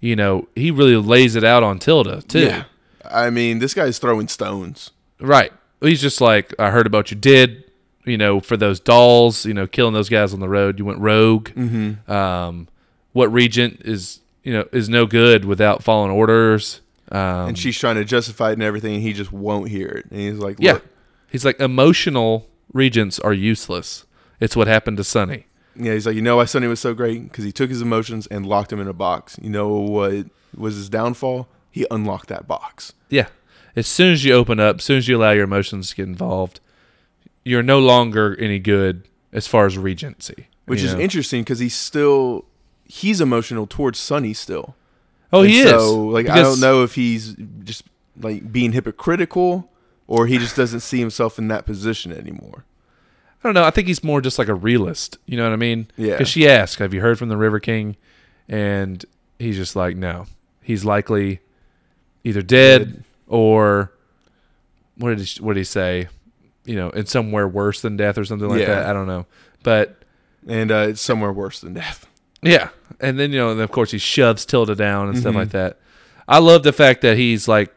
S2: you know, he really lays it out on Tilda too.
S1: Yeah. I mean, this guy's throwing stones.
S2: Right. He's just like, I heard about you did, you know, for those dolls, you know, killing those guys on the road. You went rogue. Mm-hmm. Um, what regent is, you know, is no good without following orders. Um,
S1: And she's trying to justify it and everything, and he just won't hear it. And he's like,
S2: yeah.
S1: Look,
S2: He's like, emotional regents are useless. It's what happened to Sonny.
S1: yeah. he's like, you know why Sonny was so great? Because he took his emotions and locked him in a box. You know what was his downfall? He unlocked that box.
S2: Yeah. As soon as you open up, as soon as you allow your emotions to get involved, you're no longer any good as far as regency.
S1: Which
S2: you
S1: is
S2: know?
S1: interesting because he's still he's emotional towards Sonny still.
S2: Oh,
S1: And
S2: he is.
S1: so, like I
S2: Because-
S1: don't know if he's just like being hypocritical or he just doesn't see himself in that position anymore.
S2: I don't know. I think he's more just like a realist. You know what I mean?
S1: Yeah.
S2: Because she asked, "Have you heard from the River King?" And he's just like, "No." He's likely either dead
S1: Dead.
S2: or what did he, what did he say? You know, in somewhere worse than death or something like
S1: Yeah.
S2: that. I don't know, but
S1: And uh, it's somewhere worse than death.
S2: yeah. And then you know, and of course, he shoves Tilda down and stuff
S1: Mm-hmm.
S2: like that. I love the fact that he's like,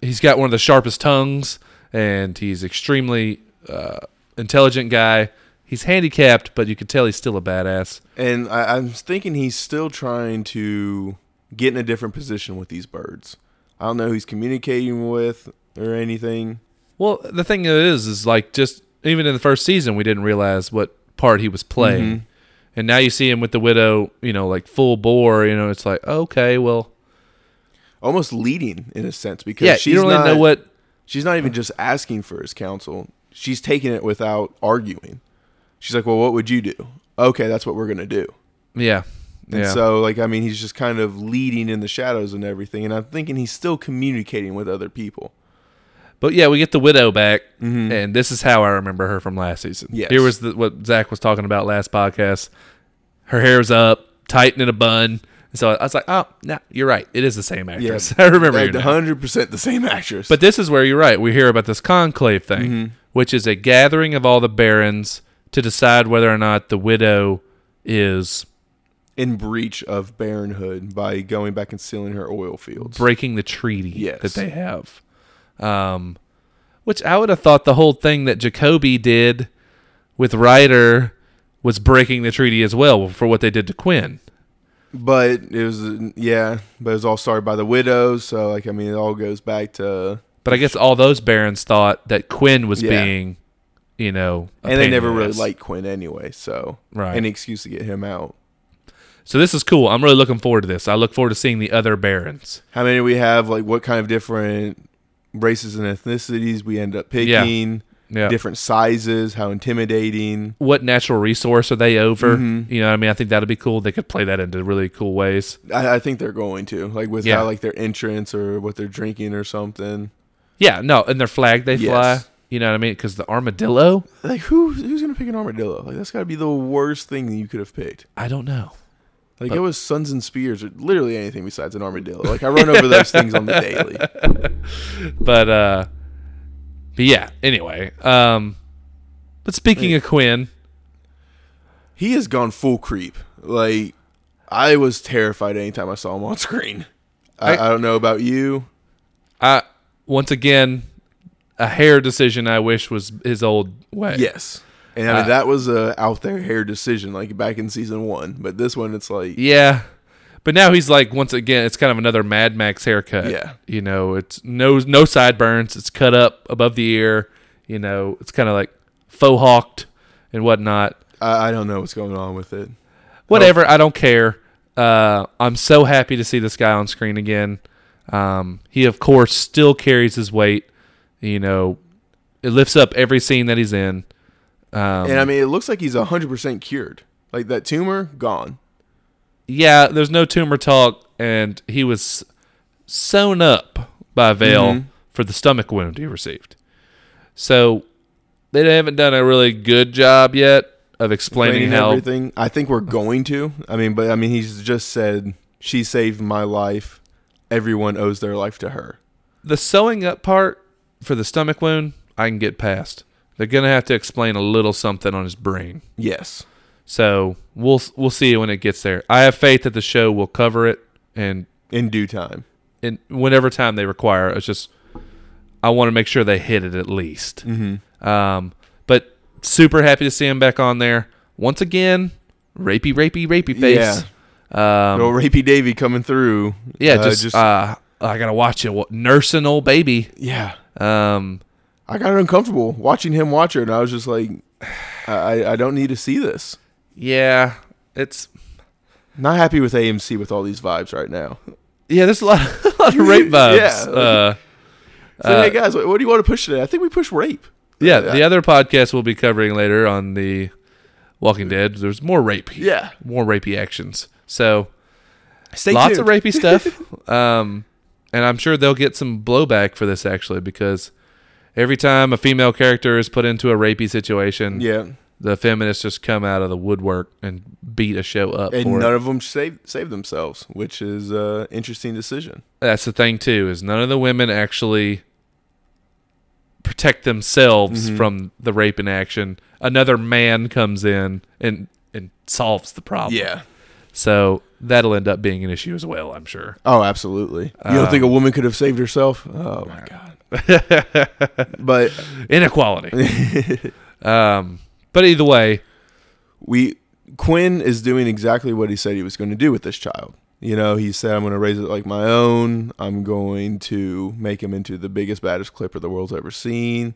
S2: he's got one of the sharpest tongues, and he's extremely uh, intelligent guy. He's handicapped, but you can tell he's still a badass.
S1: And I, I'm thinking he's still trying to get in a different position with these birds. I don't know who he's communicating with or anything,
S2: Well, the thing is, is like just even in the first season, we didn't realize what part he was playing,
S1: Mm-hmm.
S2: and now you see him with the widow, you know, like full bore. You know, it's like okay, well,
S1: Almost leading in a sense because
S2: yeah,
S1: she's
S2: you don't really
S1: not,
S2: know what.
S1: she's not even just asking for his counsel. She's taking it without arguing. She's like, "Well, what would you do?" Okay, that's what we're gonna do.
S2: Yeah,
S1: And
S2: yeah,
S1: so, like, I mean, he's just kind of leading in the shadows and everything. And I'm thinking he's still communicating with other people.
S2: but yeah, we get the widow back, and this is how I remember her from last season.
S1: Yes.
S2: here was the, what Zach was talking about last podcast. Her hair's up, tight in a bun. And So I was like, oh, no, you're right. It is the same actress. I remember her
S1: Like,
S2: now.
S1: 100% the same actress.
S2: But this is where you're right. We hear about this conclave thing, which is a gathering of all the barons to decide whether or not the widow is
S1: in breach of baronhood by going back and sealing her oil fields.
S2: breaking the treaty
S1: Yes.
S2: that they have. Um, which I would have thought the whole thing that Jacoby did with Ryder was breaking the treaty as well for what they did to Quinn.
S1: But it was, yeah, but it was all started by the widows. So, like, I mean, it all goes back to.
S2: But I guess all those barons thought that Quinn was
S1: Yeah.
S2: being, you know, a
S1: and they
S2: pain
S1: never
S2: in the
S1: really
S2: ass.
S1: liked Quinn anyway. So,
S2: Right.
S1: an excuse to get him out.
S2: So this is cool. I'm really looking forward to this. I look forward to seeing the other barons.
S1: How many we have, like, what kind of different races and ethnicities we end up
S2: Yeah.
S1: picking,
S2: Yeah.
S1: different sizes, how intimidating.
S2: what natural resource are they over?
S1: Mm-hmm.
S2: You know, what I mean, I think that'd be cool. They could play that into really cool ways.
S1: I, I think they're going to like with
S2: Yeah.
S1: how like their entrance or what they're drinking or something.
S2: Yeah, no, and their flag they fly.
S1: Yes.
S2: You know what I mean? Because the armadillo,
S1: Like who who's gonna pick an armadillo? Like that's gotta be the worst thing that you could have picked.
S2: I don't know.
S1: Like it was suns and spears or literally anything besides an armadillo. Like I run over those things on the daily.
S2: But uh but yeah, anyway. Um but speaking of Quinn,
S1: He has gone full creep. Like I was terrified anytime I saw him on screen. I,
S2: I-
S1: I, don't know about you.
S2: I once again a hair decision I wish was his old way.
S1: Yes. And I mean
S2: Uh,
S1: that was a out there hair decision, like back in season one. But this one it's like
S2: Yeah. But now he's like once again, it's kind of another Mad Max haircut.
S1: Yeah.
S2: You know, it's no no sideburns. It's cut up above the ear. You know, it's kind of like faux hawked and whatnot.
S1: I, I don't know what's going on with it.
S2: Whatever, I don't care. Uh, I'm so happy to see this guy on screen again. Um, he of course still carries his weight. You know, it lifts up every scene that he's in. Um,
S1: And I mean, it looks like he's 100% cured. Like that tumor, gone.
S2: yeah, there's no tumor talk, and he was sewn up by Vale
S1: Mm-hmm.
S2: for the stomach wound he received. So they haven't done a really good job yet of explaining,
S1: Cleaning
S2: how.
S1: everything. I think we're going to. I mean, but I mean, he's just said, she saved my life. Everyone owes their life to her.
S2: The sewing up part for the stomach wound, I can get past. They're gonna have to explain a little something on his brain.
S1: Yes.
S2: So we'll we'll see when it gets there. I have faith that the show will cover it and
S1: In due time.
S2: in whenever time they require. It's just I want to make sure they hit it at least. Mm-hmm. Um, but super happy to see him back on there once again. Rapey, rapey, rapey face. Yeah, um,
S1: Little Rapey Davy coming through.
S2: yeah
S1: Uh,
S2: just, uh, I gotta watch it. Wa- Nursing old baby.
S1: yeah.
S2: Um,
S1: I got uncomfortable watching him watch her, and I was just like, I, I don't need to see this.
S2: yeah, it's
S1: Not happy with AMC with all these vibes right now.
S2: yeah. There's a lot, a lot of rape vibes.
S1: Yeah.
S2: Uh,
S1: So, hey guys, what, what do you want to push today? I think we push rape. Uh,
S2: yeah, the other podcast we'll be covering later on the Walking Dead. There's more rape.
S1: Yeah.
S2: more rapey actions. So
S1: Stay
S2: lots
S1: tuned.
S2: of rapey stuff. um, and I'm sure they'll get some blowback for this actually because every time a female character is put into a rapey situation,
S1: Yeah.
S2: the feminists just come out of the woodwork and beat a show up
S1: and
S2: for
S1: none
S2: it.
S1: of them save save themselves, which is an interesting decision.
S2: That's the thing too is none of the women actually protect themselves from the rape in action. Another man comes in and and solves the
S1: Oh.
S2: problem. So that'll end up being an issue as well, I'm sure.
S1: Oh, absolutely. You don't think a woman could have saved herself? Um, Oh my god. but
S2: inequality. um, but either way,
S1: we Quinn is doing exactly what he said he was going to do with this child. You know, he said, I'm going to raise it like my own. I'm going to make him into the biggest, baddest clipper the world's ever seen.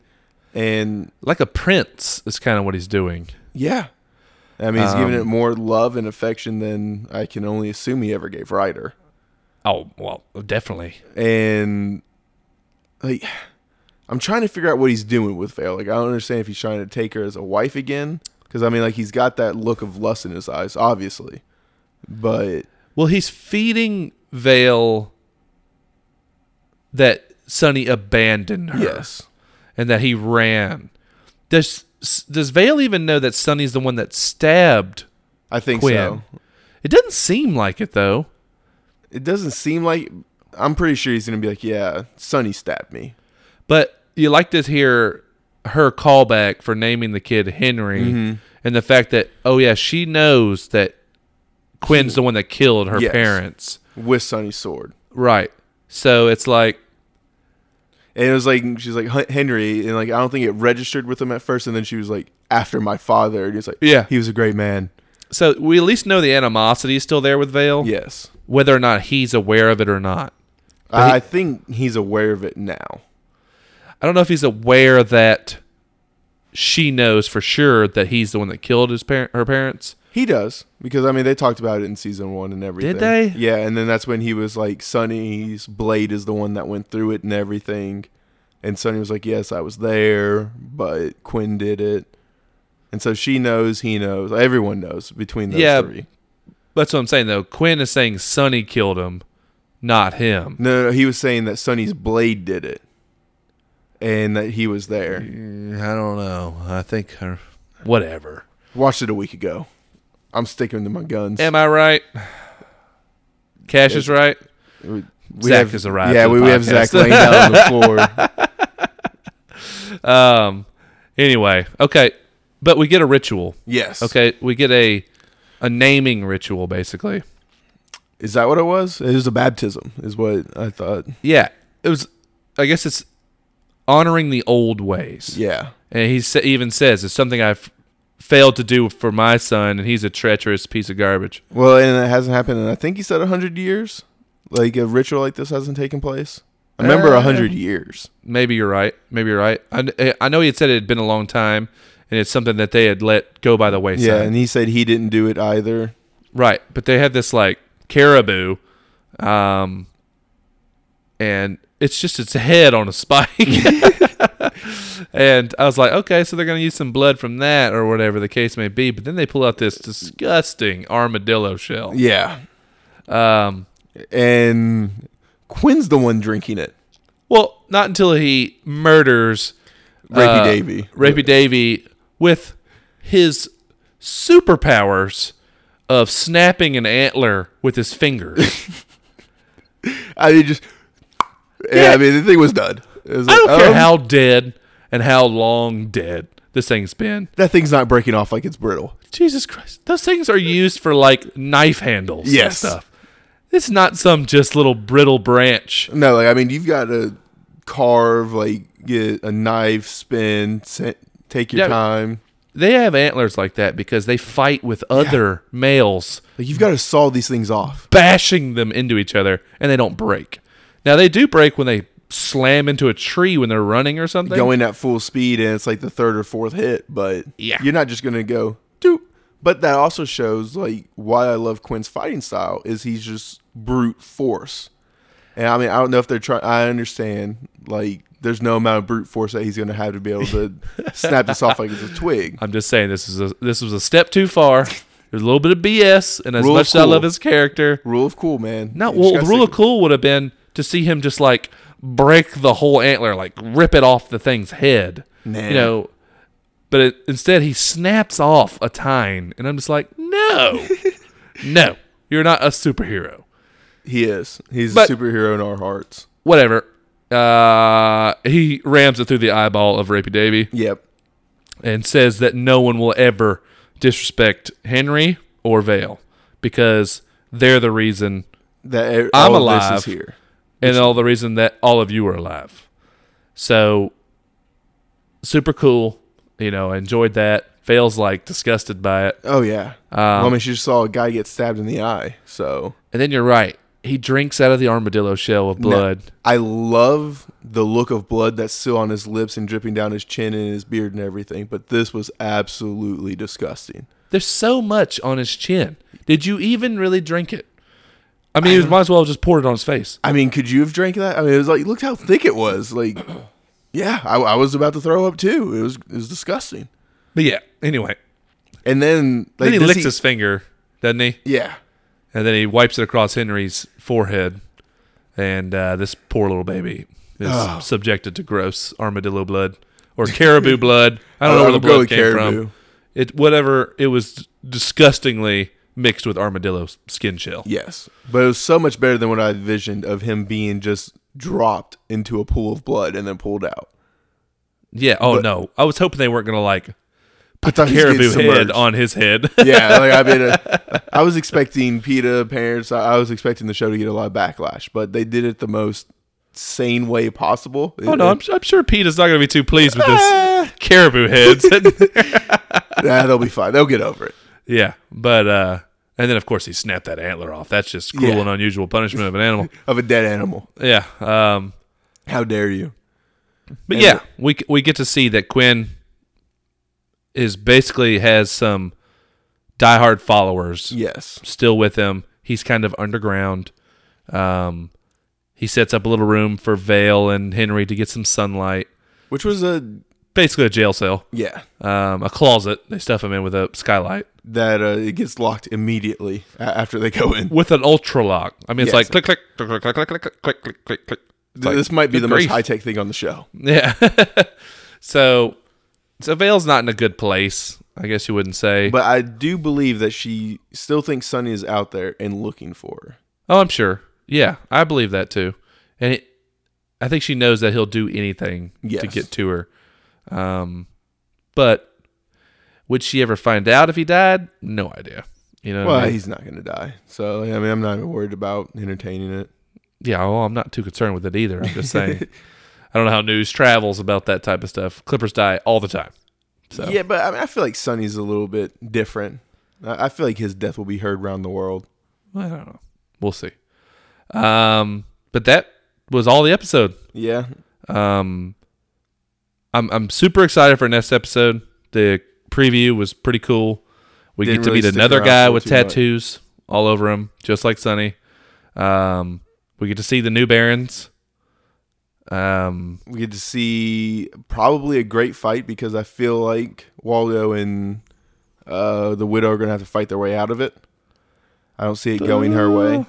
S1: And
S2: Like a prince is kind of what he's doing.
S1: yeah, I mean, he's giving
S2: Um,
S1: it more love and affection than I can only assume he ever gave Ryder.
S2: Oh, well, definitely.
S1: and like I'm trying to figure out what he's doing with Vale. Like I don't understand if he's trying to take her as a wife again, because I mean, like he's got that look of lust in his eyes, obviously. But
S2: Well, he's feeding Vale that Sonny abandoned her.
S1: yes,
S2: and that he ran. Does does Vale even know that Sonny's the one that stabbed?
S1: I think
S2: Quinn.
S1: so.
S2: It doesn't seem like it though.
S1: It doesn't seem like I'm pretty sure he's gonna be like, yeah, Sonny stabbed me.
S2: But you like to hear her callback for naming the kid Henry and the fact that oh yeah, she knows that Quinn's the one that killed her
S1: Yes.
S2: parents.
S1: with Sonny's sword.
S2: Right. So it's like
S1: And it was like she's like "Hun- Henry, and like I don't think it registered with him at first, and then she was like after my father, and he's like,
S2: Yeah.
S1: he was a great man.
S2: so we at least know the animosity is still there with Vale,
S1: Yes,
S2: whether or not he's aware of it or not. But he-
S1: I think he's aware of it now.
S2: I don't know if he's aware that she knows for sure that he's the one that killed his parent, her parents.
S1: He does because I mean they talked about it in season one and everything.
S2: they?
S1: Yeah, and then that's when he was like, Sonny's blade is the one that went through it and everything, and Sonny was like, "Yes, I was there, but Quinn did it," and so she knows, he knows, everyone knows between those
S2: Yeah.
S1: three.
S2: That's what I'm saying though. Quinn is saying Sonny killed him, not him.
S1: No, no, no, he was saying that Sonny's blade did it, and that he was there.
S2: Mm, I don't know. I think her. Whatever.
S1: Watched it a week ago. I'm sticking to my guns.
S2: Am I right? Cash is right.
S1: we
S2: Zach has arrived
S1: Yeah,
S2: to the
S1: we, we have
S2: podcast.
S1: Zach laying down on the floor.
S2: Um. Anyway, okay, but we get a ritual.
S1: Yes.
S2: Okay, we get a a naming ritual basically.
S1: Is that what it was? It was a baptism, is what I thought.
S2: Yeah, it was. I guess it's honoring the old ways.
S1: Yeah.
S2: And he sa- even says it's something I've failed to do for my son, and he's a treacherous piece of garbage.
S1: Well, and it hasn't happened in I think he said hundred years. Like a ritual like this hasn't taken place. I remember
S2: Uh,
S1: a hundred years.
S2: Maybe you're right. Maybe you're right. I, kn- eh, I know he had said it had been a long time, and it's something that they had let go by the wayside.
S1: Yeah, and he said he didn't do it either.
S2: right. But they had this like caribou, um, and it's just its head on a spike. and I was like, okay, so they're gonna use some blood from that or whatever the case may be. But then they pull out this disgusting armadillo shell.
S1: Yeah.
S2: Um,
S1: And Quinn's the one drinking it.
S2: Well, not until he murders
S1: Uh,
S2: uh,
S1: Rapey Davy.
S2: Rapey Davy with his superpowers of snapping an antler with his fingers.
S1: I mean just yeah.
S2: Yeah.
S1: I mean the thing was done. It was
S2: I
S1: like,
S2: don't care
S1: um,
S2: how dead and how long dead this thing's been.
S1: that thing's not breaking off like it's brittle.
S2: Jesus Christ. Those things are used for like knife handles
S1: Yes.
S2: and stuff. It's not some just little brittle branch.
S1: No, like I mean you've got to carve, like get a knife, spin, sa- take your
S2: Yeah.
S1: time.
S2: They have antlers like that because they fight with other males
S1: Like you've got to saw these things off.
S2: bashing them into each other and they don't break. Now they do break when they slam into a tree when they're running or something.
S1: Going at full speed and it's like the third or fourth hit, but
S2: Yeah.
S1: you're not just gonna go doop. But that also shows like why I love Quinn's fighting style is he's just brute force. And I mean I don't know if they're trying. I understand like there's no amount of brute force that he's gonna have to be able to snap this off like it's a twig.
S2: I'm just saying this is a, this was a step too far. There's a little bit of BS, and as
S1: Rule of
S2: much as I
S1: cool.
S2: love his character,
S1: Rule of cool, man.
S2: not
S1: You just
S2: well. The
S1: gotta
S2: rule
S1: stick
S2: of cool would have been to see him just like break the whole antler, like rip it off the thing's head.
S1: Nah.
S2: You know, but it, instead he snaps off a tine, and I'm just like, no, no, you're not a superhero.
S1: He is. He's
S2: But-
S1: a superhero in our hearts.
S2: whatever. Uh, he rams it through the eyeball of Rapey Davy
S1: Yep.
S2: and says that no one will ever disrespect Henry or Vale because they're the reason
S1: That
S2: I'm
S1: all of
S2: alive.
S1: This is here.
S2: and all the reason that all of you are alive. So super cool, you know, I enjoyed that. Fail's like disgusted by it.
S1: Oh yeah.
S2: Um,
S1: well, I mean, she just saw a guy get stabbed in the eye. So
S2: and then you're right. He drinks out of the armadillo shell with blood.
S1: I love the look of blood that's still on his lips and dripping down his chin and his beard and everything. But this was absolutely disgusting.
S2: There's so much on his chin. Did you even really drink it? I mean, you might as well have just poured it on his face.
S1: I mean, could you have drank that? I mean, it was like look how thick it was. Like, yeah, I, I was about to throw up too. It was it was disgusting.
S2: But yeah, anyway.
S1: And then like
S2: then he
S1: this-
S2: licks his finger, doesn't he?
S1: Yeah.
S2: And then he wipes it across Henry's forehead. And uh, this poor little baby is
S1: Oh.
S2: subjected to gross armadillo blood or caribou blood. I don't know
S1: I
S2: where the
S1: would go
S2: blood
S1: with
S2: came
S1: caribou.
S2: from. It whatever it was disgustingly mixed with armadillo s- skin shell.
S1: Yes. But it was so much better than what I envisioned of him being just dropped into a pool of blood and then pulled out.
S2: Yeah. Oh no, I was hoping they weren't gonna like
S1: I thought he was getting
S2: caribou head
S1: submerged.
S2: on his head.
S1: yeah, like I mean, uh, I was expecting PETA parents. I, I was expecting the show to get a lot of backlash, but they did it the most sane way possible.
S2: oh no, I'm, I'm sure Pete is not gonna be too pleased with this
S1: Ah,
S2: caribou head.
S1: nah, they'll be fine. They'll get over it.
S2: yeah, but uh, and then of course he snapped that antler off. That's just cruel
S1: Yeah.
S2: and unusual punishment of an animal.
S1: Of a dead animal.
S2: Yeah. Um,
S1: How dare you?
S2: but
S1: And-
S2: yeah, we we get to see that Quinn is basically has some diehard followers
S1: Yes.
S2: still with him. He's kind of underground. Um, he sets up a little room for Vale and Henry to get some sunlight.
S1: Which was a
S2: Basically, a jail cell,
S1: yeah
S2: um, a closet. They stuff him in with a skylight
S1: that uh, it gets locked immediately a- after they go in.
S2: with an ultra lock. I mean, it's
S1: Yes.
S2: like click, click, click, click, click, click, click, click, click, click, click. It's like,
S1: this might be
S2: good
S1: the
S2: grief.
S1: most high tech thing on the show.
S2: Yeah. so, so Vale's not in a good place. I guess you wouldn't say.
S1: But I do believe that she still thinks Sunny is out there and looking for her.
S2: oh, I'm sure. Yeah, I believe that too. And it, I think she knows that he'll do anything
S1: Yes.
S2: to get to her. Um, but would she ever find out if he died? No idea. You know. what I
S1: Well,
S2: mean?
S1: he's not going to die. So, I mean, I'm not even worried about entertaining it.
S2: yeah. Well, I'm not too concerned with it either. I'm just saying. I don't know how news travels about that type of stuff. Clippers die all the time. So
S1: Yeah, but I, mean, I feel like Sunny's a little bit different. I, I feel like his death will be heard around the world.
S2: I don't know. We'll see. Um, but that was all the episode.
S1: Yeah.
S2: Um, I'm I'm super excited for next episode. The preview was pretty cool. We
S1: Didn't
S2: get to
S1: really
S2: meet
S1: stick
S2: another
S1: around
S2: guy
S1: for
S2: with
S1: too much.
S2: tattoos all over him, just like Sonny. Um, we get to see the new Barons. Um,
S1: We get to see probably a great fight because I feel like Waldo and uh, the Widow are going to have to fight their way out of it. I don't see it going her way.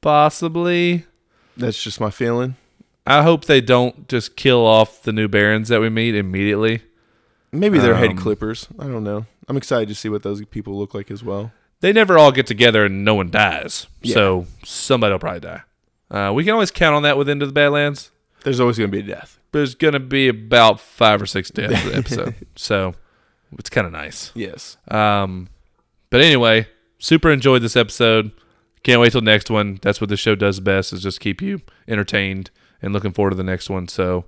S2: possibly.
S1: That's just my feeling.
S2: I hope they don't just kill off the new Barons that we meet immediately.
S1: Maybe they're
S2: Um,
S1: head clippers. I don't know. I'm excited to see what those people look like as well.
S2: they never all get together and no one dies.
S1: Yeah.
S2: So somebody will probably die. Uh, we can always count on that with End of the Badlands.
S1: There's always going to be a death.
S2: There's going to be about five or six deaths an episode. So it's kind of nice.
S1: Yes.
S2: Um, but anyway, super enjoyed this episode. Can't wait till next one. That's what the show does best is just keep you entertained and looking forward to the next one. So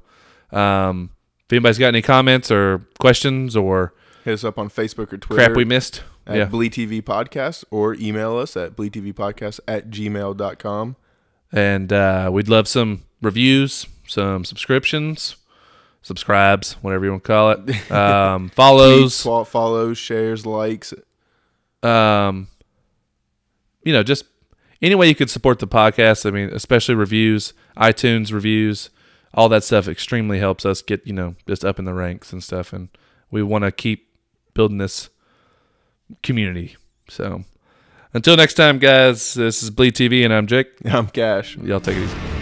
S2: um, if anybody's got any comments or questions or
S1: Hit us up on Facebook or Twitter.
S2: crap we missed,
S1: at yeah. TV Podcast or email us at Podcast at gmail.com.
S2: and uh, we'd love some reviews, some subscriptions, subscribes, whatever you want to call it, um, follows,
S1: Tweets, follows, shares, likes.
S2: um, you know, just any way you could support the podcast. I mean, especially reviews, iTunes reviews, all that stuff extremely helps us get you know just up in the ranks and stuff, and we want to keep building this community. So. Until next time, guys, this is Bleed TV, and I'm Jake.
S1: I'm Cash.
S2: Y'all take it easy.